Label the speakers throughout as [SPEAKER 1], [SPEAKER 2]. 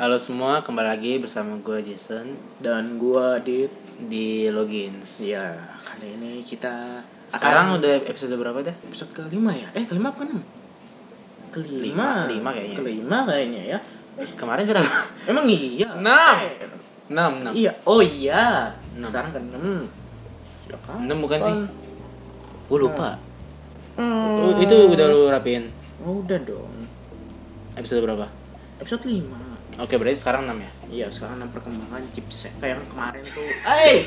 [SPEAKER 1] Halo semua, kembali lagi bersama gue Jason
[SPEAKER 2] dan gua Adit.
[SPEAKER 1] di Logins.
[SPEAKER 2] Iya, kali ini kita
[SPEAKER 1] Sekarang
[SPEAKER 2] akan
[SPEAKER 1] udah episode berapa dah?
[SPEAKER 2] episode kelima ya? Eh, kelima apa enam?
[SPEAKER 1] Lima,
[SPEAKER 2] Kelima.
[SPEAKER 1] lima kayaknya. Eh,
[SPEAKER 2] Kelima kayaknya ya.
[SPEAKER 1] Kemarin berapa?
[SPEAKER 2] Emang iya.
[SPEAKER 1] Enam.
[SPEAKER 2] Eh,
[SPEAKER 1] 6, 6.
[SPEAKER 2] iya. Oh iya.
[SPEAKER 1] Enam.
[SPEAKER 2] Sekarang kan enam. Ya kan?
[SPEAKER 1] 6 bukan sih? Gue lupa.
[SPEAKER 2] Hmm.
[SPEAKER 1] Lu- Itu udah lu rapiin
[SPEAKER 2] Oh, udah dong.
[SPEAKER 1] episode berapa?
[SPEAKER 2] Episode lima.
[SPEAKER 1] Oke, berarti sekarang 6 ya.
[SPEAKER 2] Iya, sekarang enam perkembangan chipset kayak yang kemarin tuh. Eh.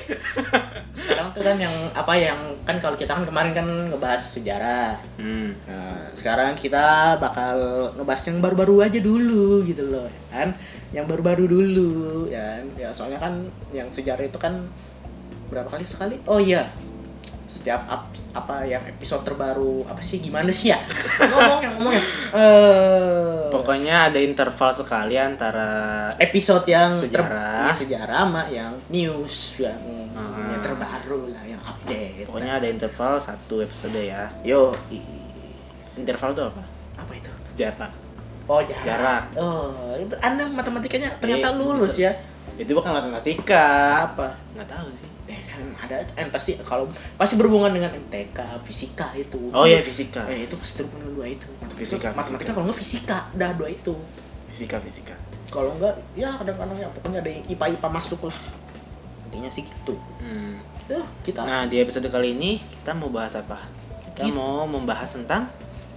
[SPEAKER 2] sekarang tuh kan yang apa yang kan kalau kita kan kemarin kan ngebahas sejarah.
[SPEAKER 1] Hmm.
[SPEAKER 2] Nah, sekarang kita bakal ngebahas yang baru-baru aja dulu gitu loh, ya kan? Yang baru-baru dulu, ya. kan? Ya soalnya kan yang sejarah itu kan berapa kali sekali? Oh iya. Setiap up- apa yang episode terbaru apa sih gimana sih ya? ngomong ya, ngomong ya. Eh,
[SPEAKER 1] Pokoknya ada interval sekali antara eh,
[SPEAKER 2] episode yang ter-
[SPEAKER 1] Sejarah. Ah.
[SPEAKER 2] iya, sejarah sama yang news yang, yang terbaru lah, yang update.
[SPEAKER 1] Pokoknya ada interval satu episode ya.
[SPEAKER 2] Yo,
[SPEAKER 1] Interval itu apa?
[SPEAKER 2] apa itu?
[SPEAKER 1] Jarak.
[SPEAKER 2] Oh jarak.
[SPEAKER 1] Jarak.
[SPEAKER 2] Oh, itu Anda matematikanya ternyata
[SPEAKER 1] Iya,
[SPEAKER 2] lulus
[SPEAKER 1] bisa.
[SPEAKER 2] ya.
[SPEAKER 1] Itu bukan matematika.
[SPEAKER 2] Apa?
[SPEAKER 1] Nggak tahu sih.
[SPEAKER 2] Eh, kan ada kan pasti kalau pasti berhubungan dengan MTK, fisika itu.
[SPEAKER 1] Oh iya, fisika.
[SPEAKER 2] Eh, itu pasti terhubungan dengan dua itu. Matematika,
[SPEAKER 1] Fisika,
[SPEAKER 2] matematika
[SPEAKER 1] fisika.
[SPEAKER 2] kalau nggak fisika, dah dua itu.
[SPEAKER 1] Fisika, fisika.
[SPEAKER 2] Kalau nggak, ya kadang-kadang ya pokoknya ada yang IPA-IPA masuk lah. Intinya sih gitu.
[SPEAKER 1] Hmm.
[SPEAKER 2] Dah, kita
[SPEAKER 1] Nah, di episode kali ini kita mau bahas apa? Kita
[SPEAKER 2] Kita-
[SPEAKER 1] mau membahas tentang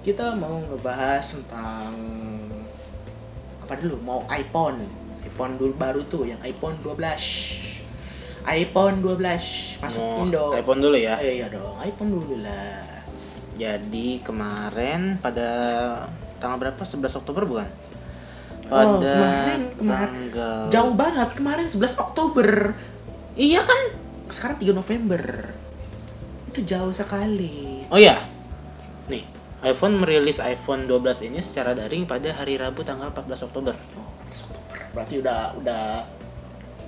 [SPEAKER 2] kita mau ngebahas tentang apa dulu? Mau iPhone. iPhone dulu baru tuh yang iPhone 12. iPhone 12 masuk
[SPEAKER 1] mau
[SPEAKER 2] Indo.
[SPEAKER 1] iPhone dulu ya.
[SPEAKER 2] Eh, iya dong, iPhone dulu lah.
[SPEAKER 1] Jadi kemarin pada tanggal berapa? 11 Oktober bukan? Pada
[SPEAKER 2] Oh, kemarin, kemarin.
[SPEAKER 1] tanggal
[SPEAKER 2] Jauh banget kemarin 11 Oktober.
[SPEAKER 1] Iya kan?
[SPEAKER 2] Sekarang 3 November. Itu jauh sekali.
[SPEAKER 1] Oh iya. Nih, iPhone merilis iPhone 12 ini secara daring pada hari Rabu tanggal 14 Oktober.
[SPEAKER 2] Oh, 11 Oktober. Berarti udah udah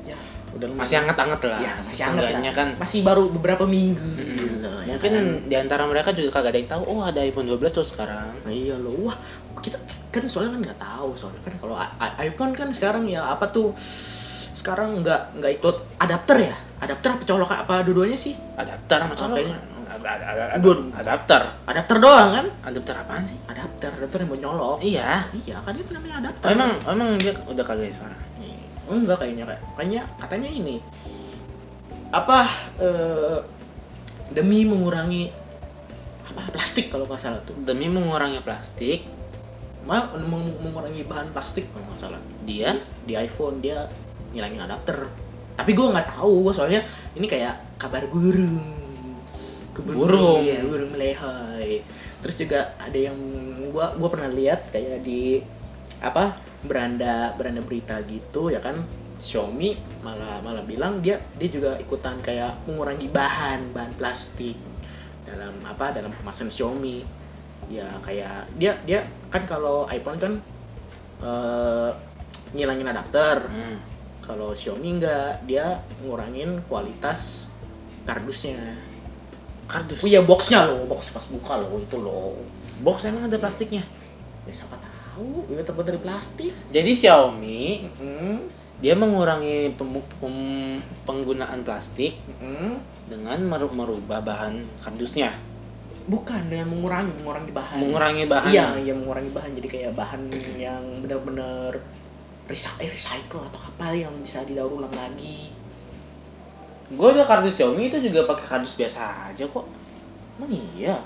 [SPEAKER 2] ya, udah lumayan.
[SPEAKER 1] Masih anget-anget lah.
[SPEAKER 2] Ya, masih hangat
[SPEAKER 1] Seenggaknya
[SPEAKER 2] lah.
[SPEAKER 1] kan.
[SPEAKER 2] Masih baru beberapa minggu gitu, ya
[SPEAKER 1] Mungkin
[SPEAKER 2] kan?
[SPEAKER 1] di antara mereka juga kagak ada yang tahu, oh ada iPhone 12 tuh sekarang.
[SPEAKER 2] Nah, iya loh. Wah, kita kan soalnya kan nggak tahu soalnya kan kalau i- i- iPhone kan sekarang ya apa tuh sekarang nggak nggak ikut adapter ya adapter apa colokan apa dua-duanya sih
[SPEAKER 1] Adapter sama
[SPEAKER 2] Apa
[SPEAKER 1] colokan.
[SPEAKER 2] ya?
[SPEAKER 1] Ad- ad- ad-
[SPEAKER 2] Aduh.
[SPEAKER 1] Oh, iya. Adapter.
[SPEAKER 2] adapter doang kan
[SPEAKER 1] Adapter apaan sih?
[SPEAKER 2] adapter adapter yang mau nyolok
[SPEAKER 1] Iya.
[SPEAKER 2] Iya kan itu namanya adapter.
[SPEAKER 1] Oh, emang emang dia udah kagak ya sekarang.
[SPEAKER 2] Nih, Hmm, enggak kayaknya kayak kayaknya katanya ini apa eh, demi mengurangi apa plastik kalau nggak salah tuh.
[SPEAKER 1] Demi mengurangi plastik,
[SPEAKER 2] Ma meng- mengurangi bahan plastik kalau nggak salah.
[SPEAKER 1] dia
[SPEAKER 2] Di iPhone dia ngilangin adapter. Tapi gue nggak tahu soalnya ini kayak kabar burung. Kebun-
[SPEAKER 1] Burung.
[SPEAKER 2] Iya, burung melehoi. Terus juga ada yang gua gua pernah lihat kayak di apa beranda beranda berita gitu ya kan Xiaomi malah malah bilang dia dia juga ikutan kayak mengurangi bahan bahan plastik dalam apa dalam kemasan Xiaomi ya kayak dia dia kan kalau iPhone kan eh, ngilangin adapter
[SPEAKER 1] Hmm.
[SPEAKER 2] kalau Xiaomi enggak dia ngurangin kualitas kardusnya
[SPEAKER 1] kardus.
[SPEAKER 2] oh iya boxnya loh box pas buka loh itu loh
[SPEAKER 1] box emang ada plastiknya.
[SPEAKER 2] ya siapa tahu ini terbuat dari plastik
[SPEAKER 1] Jadi Xiaomi
[SPEAKER 2] hmm,
[SPEAKER 1] dia mengurangi pemu- pem- penggunaan plastik
[SPEAKER 2] hmm.
[SPEAKER 1] dengan meru- merubah bahan kardusnya,
[SPEAKER 2] bukan dengan mengurangi mengurangi bahan
[SPEAKER 1] mengurangi bahan.
[SPEAKER 2] iya iya mengurangi bahan jadi kayak bahan yang benar-benar resa- eh, recycle atau apa yang bisa didaur ulang lagi
[SPEAKER 1] Gue ada kardus Xiaomi itu juga pakai kardus biasa aja kok.
[SPEAKER 2] emang iya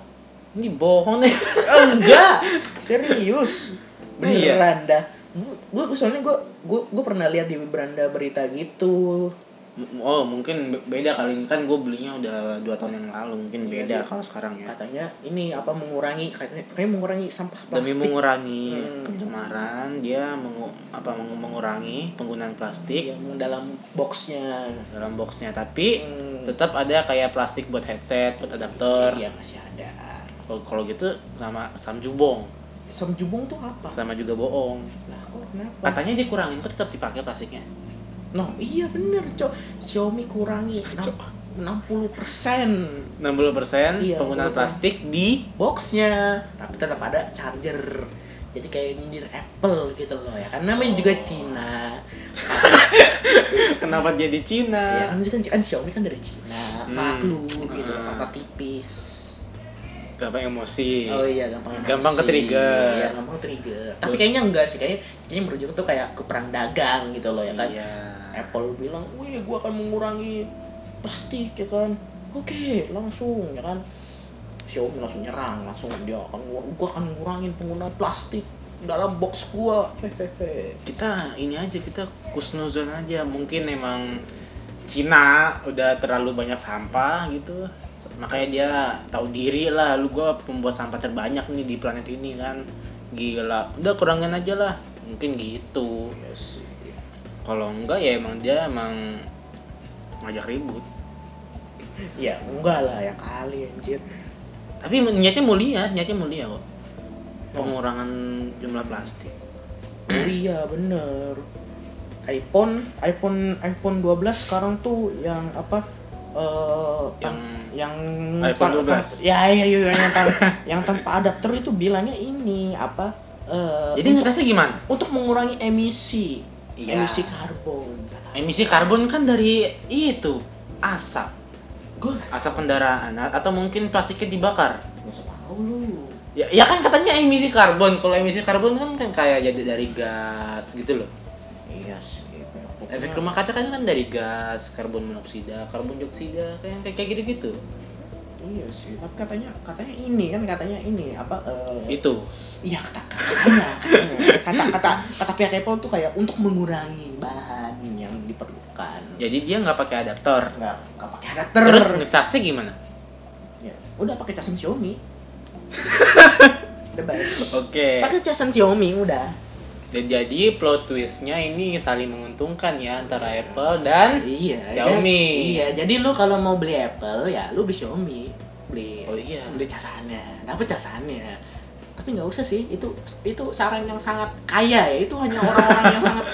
[SPEAKER 1] Ini bohong deh.
[SPEAKER 2] Oh, enggak serius
[SPEAKER 1] Beneran iya?
[SPEAKER 2] beneran dah gue soalnya gue gue pernah lihat di beranda berita gitu
[SPEAKER 1] M- Oh mungkin be- beda kali ini kan gue belinya udah dua tahun yang lalu mungkin
[SPEAKER 2] Iya,
[SPEAKER 1] beda
[SPEAKER 2] iya.
[SPEAKER 1] kalau sekarang ya.
[SPEAKER 2] katanya ini apa mengurangi katanya kayak mengurangi sampah plastik
[SPEAKER 1] demi mengurangi
[SPEAKER 2] Hmm.
[SPEAKER 1] pencemaran dia mengu- apa mengu- mengurangi penggunaan plastik
[SPEAKER 2] Iya, yang dalam boxnya
[SPEAKER 1] dalam boxnya tapi
[SPEAKER 2] Hmm.
[SPEAKER 1] tetap ada kayak plastik buat headset buat adapter
[SPEAKER 2] iya masih ada
[SPEAKER 1] Kalau- kalau gitu sama samjubong
[SPEAKER 2] samjubung tuh apa
[SPEAKER 1] sama juga bohong
[SPEAKER 2] lah kok kenapa
[SPEAKER 1] katanya dikurangin kok tetap dipakai plastiknya
[SPEAKER 2] no iya bener cok Xiaomi kurangi
[SPEAKER 1] Cok.
[SPEAKER 2] 60 persen
[SPEAKER 1] 60%
[SPEAKER 2] Iya,
[SPEAKER 1] penggunaan
[SPEAKER 2] 60%.
[SPEAKER 1] plastik di
[SPEAKER 2] boxnya tapi tetap ada charger jadi kayak nyindir Apple gitu loh ya kan namanya juga Cina
[SPEAKER 1] Kenapa jadi
[SPEAKER 2] ya
[SPEAKER 1] Cina?
[SPEAKER 2] kan kan, kan Xiaomi kan dari Cina maklum gitu
[SPEAKER 1] Ah.
[SPEAKER 2] apa tipis
[SPEAKER 1] Gampang emosi.
[SPEAKER 2] oh iya gampang emosi.
[SPEAKER 1] Gampang ke-trigger.
[SPEAKER 2] iya gampang trigger tapi kayaknya enggak sih kayaknya kayaknya merujuk tuh kayak ke perang dagang gitu loh ya kan
[SPEAKER 1] Iya.
[SPEAKER 2] Apple bilang wih gua akan mengurangi plastik ya kan oke langsung ya kan Xiaomi langsung nyerang langsung dia akan gua akan ngurangin penggunaan plastik dalam box gua hehehe
[SPEAKER 1] Kita ini aja kita kusnuzon aja. Mungkin emang Cina udah terlalu banyak sampah gitu. Makanya dia tahu diri lah. Lu gua pembuat sampah terbanyak nih di planet ini kan. Gila. Udah kurangin aja lah. Mungkin gitu.
[SPEAKER 2] Iya sih.
[SPEAKER 1] Kalau enggak ya emang dia emang ngajak ribut.
[SPEAKER 2] ya enggak lah yang kali anjir
[SPEAKER 1] Tapi niatnya mulia, niatnya mulia kok. Pengurangan jumlah plastik. Hmm.
[SPEAKER 2] Oh iya bener iPhone iPhone iPhone 12 sekarang tuh yang apa eh yang yang
[SPEAKER 1] iPhone
[SPEAKER 2] tan-
[SPEAKER 1] 12.
[SPEAKER 2] ya iya iya yang tan- yang tanpa adapter itu bilangnya ini apa eh
[SPEAKER 1] Jadi
[SPEAKER 2] untuk,
[SPEAKER 1] ngecasnya gimana?
[SPEAKER 2] untuk mengurangi emisi
[SPEAKER 1] Iya.
[SPEAKER 2] emisi karbon
[SPEAKER 1] Emisi karbon kan dari itu asap,
[SPEAKER 2] gue
[SPEAKER 1] asap kendaraan A- atau mungkin plastiknya dibakar.
[SPEAKER 2] nggak usah tahu lu
[SPEAKER 1] Ya, ya kan katanya emisi karbon. Kalau emisi karbon kan kan kayak jadi dari gas gitu loh.
[SPEAKER 2] iya sih pokoknya-
[SPEAKER 1] Efek rumah kaca kan kan dari gas, karbon monoksida, karbon dioksida, kayak kayak- kayak gitu-gitu.
[SPEAKER 2] iya sih tapi katanya katanya ini kan katanya ini apa eh,
[SPEAKER 1] Itu.
[SPEAKER 2] Iya kata katanya, katanya. kata kata kata pihak Apple tuh kayak untuk mengurangi bahan yang diperlukan.
[SPEAKER 1] Jadi dia nggak pakai adaptor.
[SPEAKER 2] Nggak nggak pakai adapter.
[SPEAKER 1] Terus ngecasnya gimana?
[SPEAKER 2] Ya, udah pakai casan Xiaomi. udah baik.
[SPEAKER 1] Oke.
[SPEAKER 2] Pakai casan Xiaomi udah.
[SPEAKER 1] Dan jadi plot twistnya ini saling menguntungkan ya antara Apple dan
[SPEAKER 2] Iya.
[SPEAKER 1] Xiaomi.
[SPEAKER 2] jadi- iya, jadi lu kalau mau beli Apple ya lu beli Xiaomi, beli
[SPEAKER 1] Oh iya.
[SPEAKER 2] beli casannya, dapet casannya. Tapi nggak usah sih, itu itu saran yang sangat kaya ya. Itu hanya orang-orang yang sangat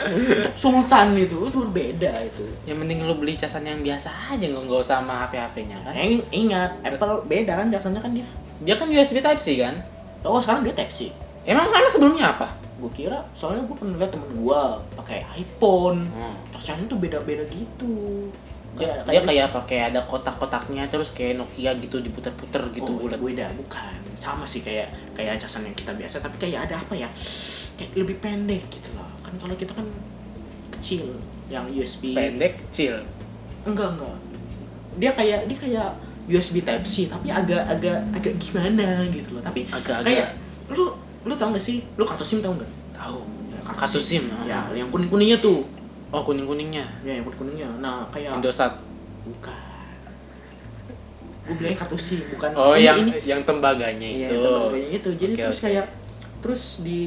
[SPEAKER 2] sultan itu, itu berbeda itu.
[SPEAKER 1] Yang penting lu beli casan yang biasa aja nggak nggak usah sama HP-HP-nya kan.
[SPEAKER 2] Eng, Eh, ingat, Apple beda kan jasanya kan dia.
[SPEAKER 1] Dia kan USB Type C kan.
[SPEAKER 2] Oh sekarang dia Type C.
[SPEAKER 1] Emang emang sebelumnya apa?
[SPEAKER 2] Gue kira, soalnya gue pernah liat temen gue pakai iPhone.
[SPEAKER 1] Hmm.
[SPEAKER 2] Jasanya tuh beda-beda gitu.
[SPEAKER 1] Dia, dia
[SPEAKER 2] Kayak- kayak
[SPEAKER 1] kayak apa? Kayak ada kotak-kotaknya terus kayak Nokia gitu diputer-puter gitu
[SPEAKER 2] oh,
[SPEAKER 1] bulat.
[SPEAKER 2] beda bukan sama sih kayak kayak casan yang kita biasa tapi kayak ada apa ya kayak lebih pendek gitu loh kan kalau kita kan kecil yang USB
[SPEAKER 1] Pendek, kecil.
[SPEAKER 2] enggak enggak dia kayak dia kayak USB Type C tapi agak agak agak gimana gitu loh tapi
[SPEAKER 1] Agak-agak.
[SPEAKER 2] kayak lu lu tau gak sih lu kartu sim tau nggak
[SPEAKER 1] Tahu.
[SPEAKER 2] Ya,
[SPEAKER 1] Kartu SIM. ah.
[SPEAKER 2] ya yang kuning kuningnya tuh
[SPEAKER 1] Oh, kuning-kuningnya.
[SPEAKER 2] ya yang kuning kuningnya nah kayak
[SPEAKER 1] Indosat.
[SPEAKER 2] bukan gue bilangnya kartu sim bukan
[SPEAKER 1] Oh,
[SPEAKER 2] ini,
[SPEAKER 1] yang
[SPEAKER 2] ini.
[SPEAKER 1] yang tembaganya
[SPEAKER 2] Iya,
[SPEAKER 1] itu.
[SPEAKER 2] itu kayak gitu. Jadi
[SPEAKER 1] Oke,
[SPEAKER 2] terus
[SPEAKER 1] oke.
[SPEAKER 2] kayak terus di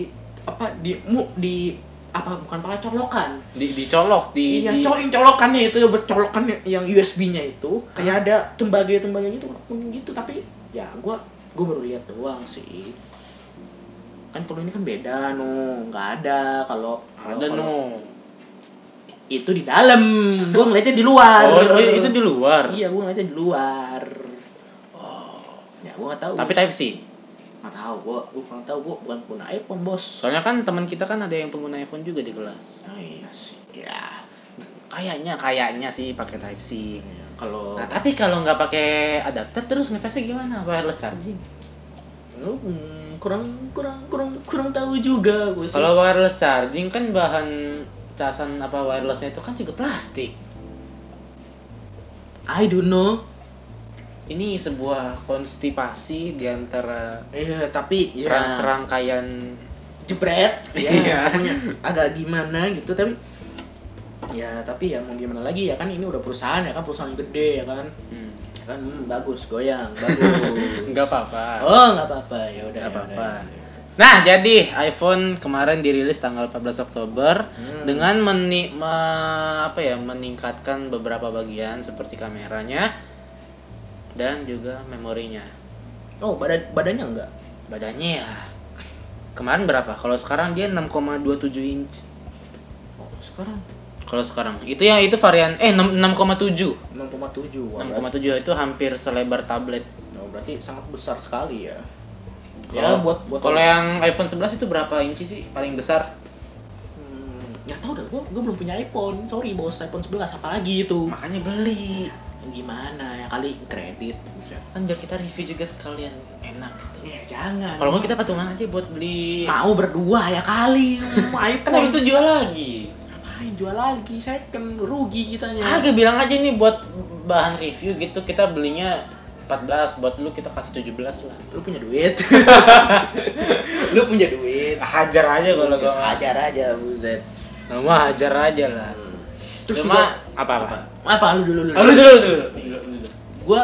[SPEAKER 2] apa di mu di apa bukan pala colokan.
[SPEAKER 1] Di, dicolok di
[SPEAKER 2] iya,
[SPEAKER 1] di-
[SPEAKER 2] colin colokannya itu bercolokan yang USB-nya itu kayak ada tembaga-tembaga gitu warna kuning gitu tapi ya gua gua baru lihat doang sih. Kan kalau ini kan beda no, nggak ada kalau kalau-
[SPEAKER 1] ada
[SPEAKER 2] kalau-
[SPEAKER 1] no.
[SPEAKER 2] Itu di dalam. Gua ngeliatnya di luar.
[SPEAKER 1] Oh, itu di luar.
[SPEAKER 2] Iya, gua ngeliatnya di luar. Ya, gua nggak tahu.
[SPEAKER 1] Tapi Type C.
[SPEAKER 2] nggak tahu gua gua kurang tahu gua bukan pengguna iPhone bos
[SPEAKER 1] Soalnya kan teman kita kan ada yang pengguna iPhone juga di kelas.
[SPEAKER 2] oh, iya sih ya
[SPEAKER 1] Kayaknya kayaknya sih pakai Type C.
[SPEAKER 2] kalau
[SPEAKER 1] Nah, tapi kalau nggak pakai adapter terus ngecasnya gimana? Wireless charging.
[SPEAKER 2] lu hmm, kurang kurang kurang kurang tahu juga gua sih
[SPEAKER 1] Kalau wireless charging kan bahan casan apa wirelessnya itu kan juga plastik.
[SPEAKER 2] I don't know
[SPEAKER 1] Ini sebuah konstipasi di antara
[SPEAKER 2] iya tapi ya
[SPEAKER 1] serangkaian
[SPEAKER 2] jebret
[SPEAKER 1] Iya.
[SPEAKER 2] ya pokoknya agak gimana gitu tapi ya tapi ya mau gimana lagi ya kan ini udah perusahaan ya kan perusahaan gede ya kan
[SPEAKER 1] Hmm.
[SPEAKER 2] Ya kan hmm, bagus goyang bagus
[SPEAKER 1] nggak apa-apa.
[SPEAKER 2] oh nggak apa-apa ya
[SPEAKER 1] Nggak
[SPEAKER 2] udah ya udah,
[SPEAKER 1] apa-apa.
[SPEAKER 2] ya udah.
[SPEAKER 1] Nah, jadi iPhone kemarin dirilis tanggal 14 Oktober dengan meni me- apa ya, meningkatkan beberapa bagian seperti kameranya dan juga memorinya.
[SPEAKER 2] oh badan badannya enggak
[SPEAKER 1] Badannya ya kemarin berapa? Kalau sekarang dia 6,27 inch.
[SPEAKER 2] oh sekarang
[SPEAKER 1] Kalau sekarang itu ya itu varian eh 6, 6,7.
[SPEAKER 2] 6,7 Wah,
[SPEAKER 1] 6,7 itu hampir selebar tablet.
[SPEAKER 2] Oh, berarti sangat besar sekali ya. ya
[SPEAKER 1] Kalau
[SPEAKER 2] buat buat
[SPEAKER 1] kalau yang iPhone 11 itu berapa inci sih paling besar?
[SPEAKER 2] Hmm, ya tahu dah gue gue belum punya iPhone sorry bos iPhone 11 apalagi itu
[SPEAKER 1] makanya beli
[SPEAKER 2] gimana ya kali kredit buset.
[SPEAKER 1] kan biar kita review juga sekalian enak gitu
[SPEAKER 2] ya jangan
[SPEAKER 1] kalau nggak kita patungan aja buat beli
[SPEAKER 2] mau berdua ya kali um,
[SPEAKER 1] kan
[SPEAKER 2] iPhone
[SPEAKER 1] habis itu jual lagi
[SPEAKER 2] Ngapain jual lagi second rugi kitanya
[SPEAKER 1] agak bilang aja ini buat bahan review gitu kita belinya 14 buat lu kita kasih 17 lah
[SPEAKER 2] lu punya duit lu punya duit
[SPEAKER 1] hajar aja kalau
[SPEAKER 2] Buset,
[SPEAKER 1] gua
[SPEAKER 2] ajar aja buset
[SPEAKER 1] Nama hajar aja lah
[SPEAKER 2] Terus
[SPEAKER 1] cuma
[SPEAKER 2] juga-
[SPEAKER 1] apa apa
[SPEAKER 2] apa lu dulu lu
[SPEAKER 1] Ah, Hmm. lu dulu dulu dulu, dulu.
[SPEAKER 2] gue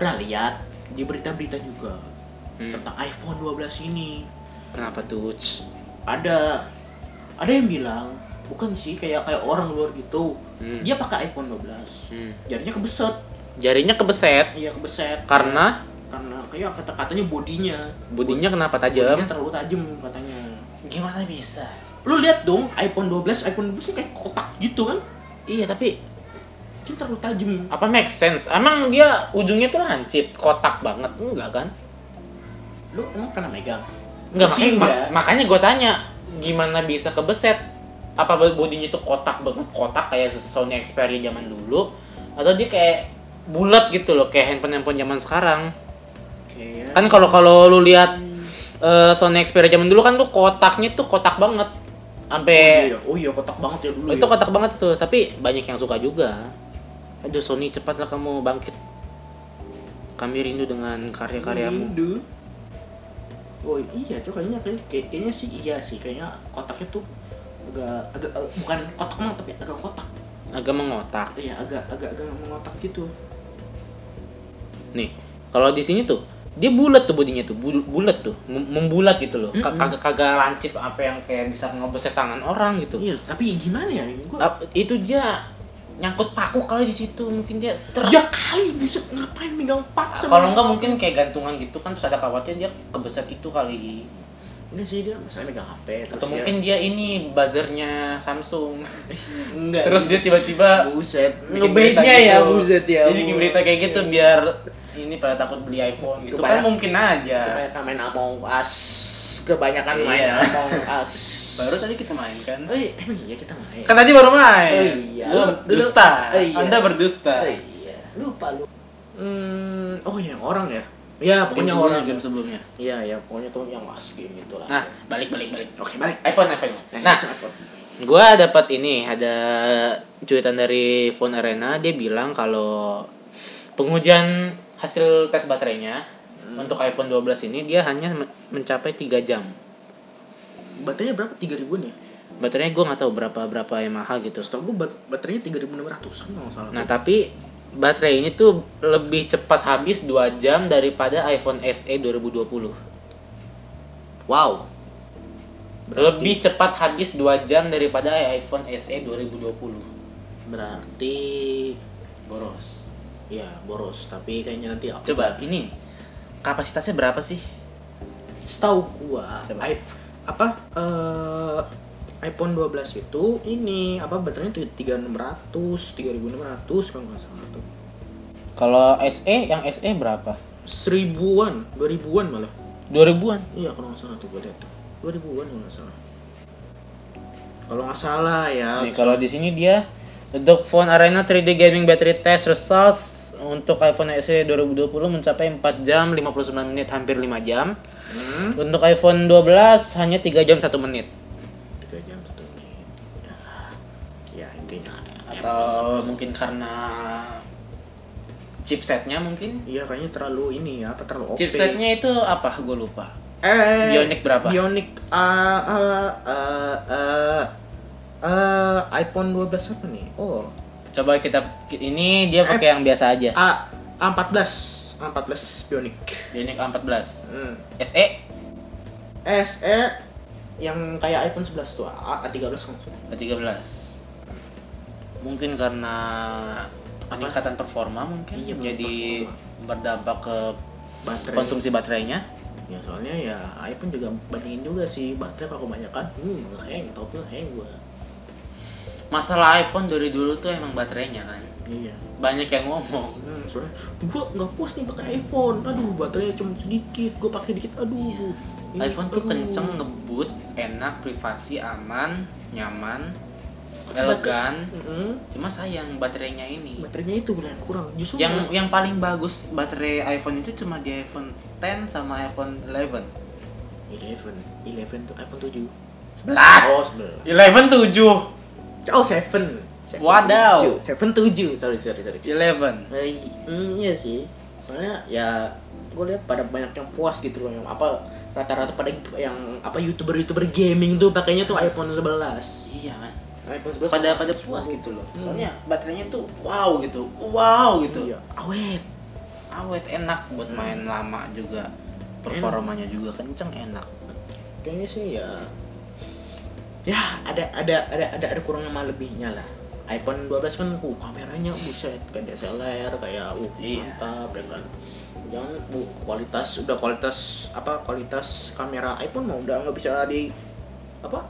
[SPEAKER 2] pernah lihat di berita-berita juga
[SPEAKER 1] Hmm.
[SPEAKER 2] tentang iPhone 12 ini
[SPEAKER 1] kenapa tuh Ch?
[SPEAKER 2] ada ada yang bilang bukan sih kayak kayak orang luar gitu
[SPEAKER 1] Hmm.
[SPEAKER 2] dia pakai iPhone 12
[SPEAKER 1] Hmm.
[SPEAKER 2] jarinya kebeset
[SPEAKER 1] jarinya kebeset
[SPEAKER 2] iya kebeset
[SPEAKER 1] karena
[SPEAKER 2] karena kayak kata-katanya bodinya
[SPEAKER 1] budinya kenapa
[SPEAKER 2] bodinya
[SPEAKER 1] tajam
[SPEAKER 2] terlalu tajam katanya
[SPEAKER 1] gimana bisa
[SPEAKER 2] lu lihat dong iPhone 12 iPhone 12 kayak kotak gitu kan
[SPEAKER 1] iya tapi
[SPEAKER 2] kan terlalu tajam
[SPEAKER 1] apa make sense emang dia ujungnya tuh lancip kotak banget enggak kan
[SPEAKER 2] lu emang pernah megang gitu
[SPEAKER 1] Enggak,
[SPEAKER 2] Sih,
[SPEAKER 1] makanya,
[SPEAKER 2] enggak.
[SPEAKER 1] ma- makanya gue tanya gimana bisa kebeset? Apa bodinya tuh kotak banget, kotak kayak Sony Xperia zaman dulu atau dia kayak bulat gitu loh kayak handphone-handphone zaman sekarang.
[SPEAKER 2] kayak
[SPEAKER 1] Kan kalau kalau lu lihat eh, Sony Xperia zaman dulu kan tuh kotaknya tuh kotak banget. Sampai
[SPEAKER 2] iya, oh iya kotak banget ya dulu
[SPEAKER 1] itu
[SPEAKER 2] ya.
[SPEAKER 1] kotak banget tuh, tapi banyak yang suka juga. Aduh Sony cepatlah kamu bangkit. Kami rindu dengan karya-karyamu.
[SPEAKER 2] Rindu. Iya, Oh iya tuh kayaknya kayak- kayak- kayaknya sih iya sih kayaknya kotaknya tuh agak agak eh, bukan kotak mah tapi agak kotak
[SPEAKER 1] Agak mengotak.
[SPEAKER 2] iya agak agak agak mengotak gitu
[SPEAKER 1] Nih, kalau di sini tuh dia bulat tuh bodinya tuh, bul- bulat tuh, mem- membulat gitu loh. Ka-
[SPEAKER 2] Hmm.
[SPEAKER 1] Kagak kagak lancip apa yang kayak bisa ngebeset tangan orang gitu.
[SPEAKER 2] iya tapi gimana ya gua
[SPEAKER 1] Ap- Itu dia nyangkut paku kali di situ, mungkin dia strap.
[SPEAKER 2] ya kali buset ngapain megang pak sama-
[SPEAKER 1] Kalau enggak mungkin kayak gantungan gitu kan terus ada kawatnya dia kebeset itu kali.
[SPEAKER 2] enggak sih dia misalnya megang hp terus
[SPEAKER 1] Atau
[SPEAKER 2] dia-
[SPEAKER 1] mungkin dia ini buzzernya Samsung.
[SPEAKER 2] enggak
[SPEAKER 1] terus dia tiba-tiba
[SPEAKER 2] buset
[SPEAKER 1] bikin
[SPEAKER 2] ngebednya
[SPEAKER 1] berita
[SPEAKER 2] ya
[SPEAKER 1] gitu.
[SPEAKER 2] buset ya
[SPEAKER 1] Jadi bikin berita kayak gitu biar ini pada takut beli iPhone gitu. Kan
[SPEAKER 2] Kebanyakan-
[SPEAKER 1] mungkin aja.
[SPEAKER 2] kebanyakan main Among Us kebanyakan main
[SPEAKER 1] Iya.
[SPEAKER 2] Among Us
[SPEAKER 1] Baru tadi kita main kan.
[SPEAKER 2] oh iya emang iya kita main
[SPEAKER 1] Kan tadi baru main.
[SPEAKER 2] Oh iya.
[SPEAKER 1] Lu
[SPEAKER 2] Lu-
[SPEAKER 1] dusta.
[SPEAKER 2] lu- oh iya.
[SPEAKER 1] Anda berdusta.
[SPEAKER 2] Oh iya, lupa lu. Hmm, oh yang orang ya? Ya, pokoknya
[SPEAKER 1] sebelumnya,
[SPEAKER 2] orang.
[SPEAKER 1] Iya, game sebelumnya.
[SPEAKER 2] Iya, ya, pokoknya tuh yang mas game gitu lah.
[SPEAKER 1] Nah, balik balik balik.
[SPEAKER 2] oke, balik.
[SPEAKER 1] iPhone iPhone. Nah,
[SPEAKER 2] Nah, smartphone.
[SPEAKER 1] gua dapat ini ada cuitan dari Phone Arena dia bilang kalau pengujian hasil tes baterainya
[SPEAKER 2] Hmm.
[SPEAKER 1] untuk iPhone 12 ini dia hanya men- mencapai 3 jam.
[SPEAKER 2] baterainya berapa? 3000 ribuan ya?
[SPEAKER 1] Baterainya gua nggak tahu berapa berapa mAh gitu.
[SPEAKER 2] Setahu gua bat- baterainya 3600-an kalau nggak salah.
[SPEAKER 1] Nah, tapi baterai ini tuh lebih cepat habis 2 jam daripada iPhone E SE 2020.
[SPEAKER 2] wow.
[SPEAKER 1] Lebih cepat habis 2 jam daripada iPhone E SE 2020.
[SPEAKER 2] Berarti
[SPEAKER 1] Boros.
[SPEAKER 2] ya boros, tapi kayaknya nanti aku
[SPEAKER 1] Coba ini kapasitasnya berapa sih?
[SPEAKER 2] setahu gua
[SPEAKER 1] Coba.
[SPEAKER 2] i- apa eh iPhone 12 itu ini apa baterainya tuh 3600, 3600 kalau nggak salah tuh.
[SPEAKER 1] Kalau SE yang SE berapa?
[SPEAKER 2] Seribuan, dua ribuan malah.
[SPEAKER 1] 2000-an.
[SPEAKER 2] Iya kalau nggak salah tuh gue lihat tuh. 2000-an kalau nggak salah. Kalau nggak salah ya.
[SPEAKER 1] Nih kalau di sini dia untuk Phone Arena 3D Gaming Battery Test Results untuk iPhone E SE 2020 mencapai 4 jam 59 menit hampir 5 jam.
[SPEAKER 2] Hmm.
[SPEAKER 1] Untuk iPhone 12 hanya 3 jam 1 menit.
[SPEAKER 2] Tiga jam satu menit. Ya, ya intinya.
[SPEAKER 1] Atau mungkin karena chipsetnya mungkin?
[SPEAKER 2] Iya kayaknya terlalu ini ya, apa terlalu OP.
[SPEAKER 1] Chipsetnya itu apa? Gue lupa.
[SPEAKER 2] eh
[SPEAKER 1] Bionic berapa?
[SPEAKER 2] Bionic eh eh eh eh eh, iPhone 12 apa nih? Oh,
[SPEAKER 1] Coba kita ini dia pakai yang biasa aja.
[SPEAKER 2] ah, A A14, A14 Bionic.
[SPEAKER 1] Bionic A14.
[SPEAKER 2] Hmm.
[SPEAKER 1] SE
[SPEAKER 2] SE yang kayak iPhone 11 tuh, A, A13 kalau nggak salah.
[SPEAKER 1] A13. Mungkin karena peningkatan performa mungkin
[SPEAKER 2] Iya,
[SPEAKER 1] jadi berdampak ke
[SPEAKER 2] Baterai.
[SPEAKER 1] konsumsi baterainya.
[SPEAKER 2] ya soalnya ya iPhone juga bandingin juga sih baterai kalau kebanyakan hmm ngeheng tau ngeheng gua
[SPEAKER 1] Masalah iPhone dari dulu tuh emang baterainya kan.
[SPEAKER 2] iya
[SPEAKER 1] Banyak yang ngomong.
[SPEAKER 2] hmm. soalnya gue nggak puas nih pakai iPhone aduh baterainya cuma sedikit gue pakai dikit aduh ini,
[SPEAKER 1] Iya. iPhone tuh
[SPEAKER 2] aduh.
[SPEAKER 1] kenceng ngebut enak privasi aman nyaman
[SPEAKER 2] Baterai-
[SPEAKER 1] elegan
[SPEAKER 2] Mm-mm.
[SPEAKER 1] cuma sayang baterainya ini
[SPEAKER 2] baterainya itu yang kurang justru
[SPEAKER 1] yang yang paling bagus baterai iPhone itu cuma di iPhone 10 sama iPhone 11
[SPEAKER 2] eleven eleven tuh iPhone tujuh
[SPEAKER 1] 11
[SPEAKER 2] oh sebelah
[SPEAKER 1] 11 7
[SPEAKER 2] oh seven Seven
[SPEAKER 1] Wadaw.
[SPEAKER 2] tujuh. seven tujuh sorry sorry sorry
[SPEAKER 1] 11
[SPEAKER 2] Eh, mm, iya sih soalnya ya gue lihat pada banyak yang puas gitu loh yang apa rata-rata pada yang apa youtuber youtuber gaming tuh pakainya tuh iPhone 11
[SPEAKER 1] iya kan
[SPEAKER 2] iPhone 11
[SPEAKER 1] pada pada puas gitu loh soalnya baterainya tuh wow gitu wow gitu
[SPEAKER 2] Hmm. iya Hmm. awet
[SPEAKER 1] awet enak buat main lama juga performanya juga kenceng enak
[SPEAKER 2] kayaknya sih ya ya ada ada ada ada ada kurang sama lebihnya lah iPhone 12 kan uh kameranya buset kayak DSLR kayak uh
[SPEAKER 1] Iya.
[SPEAKER 2] mantap ya kan jangan uh kualitas udah kualitas apa kualitas kamera iPhone mau udah nggak bisa di apa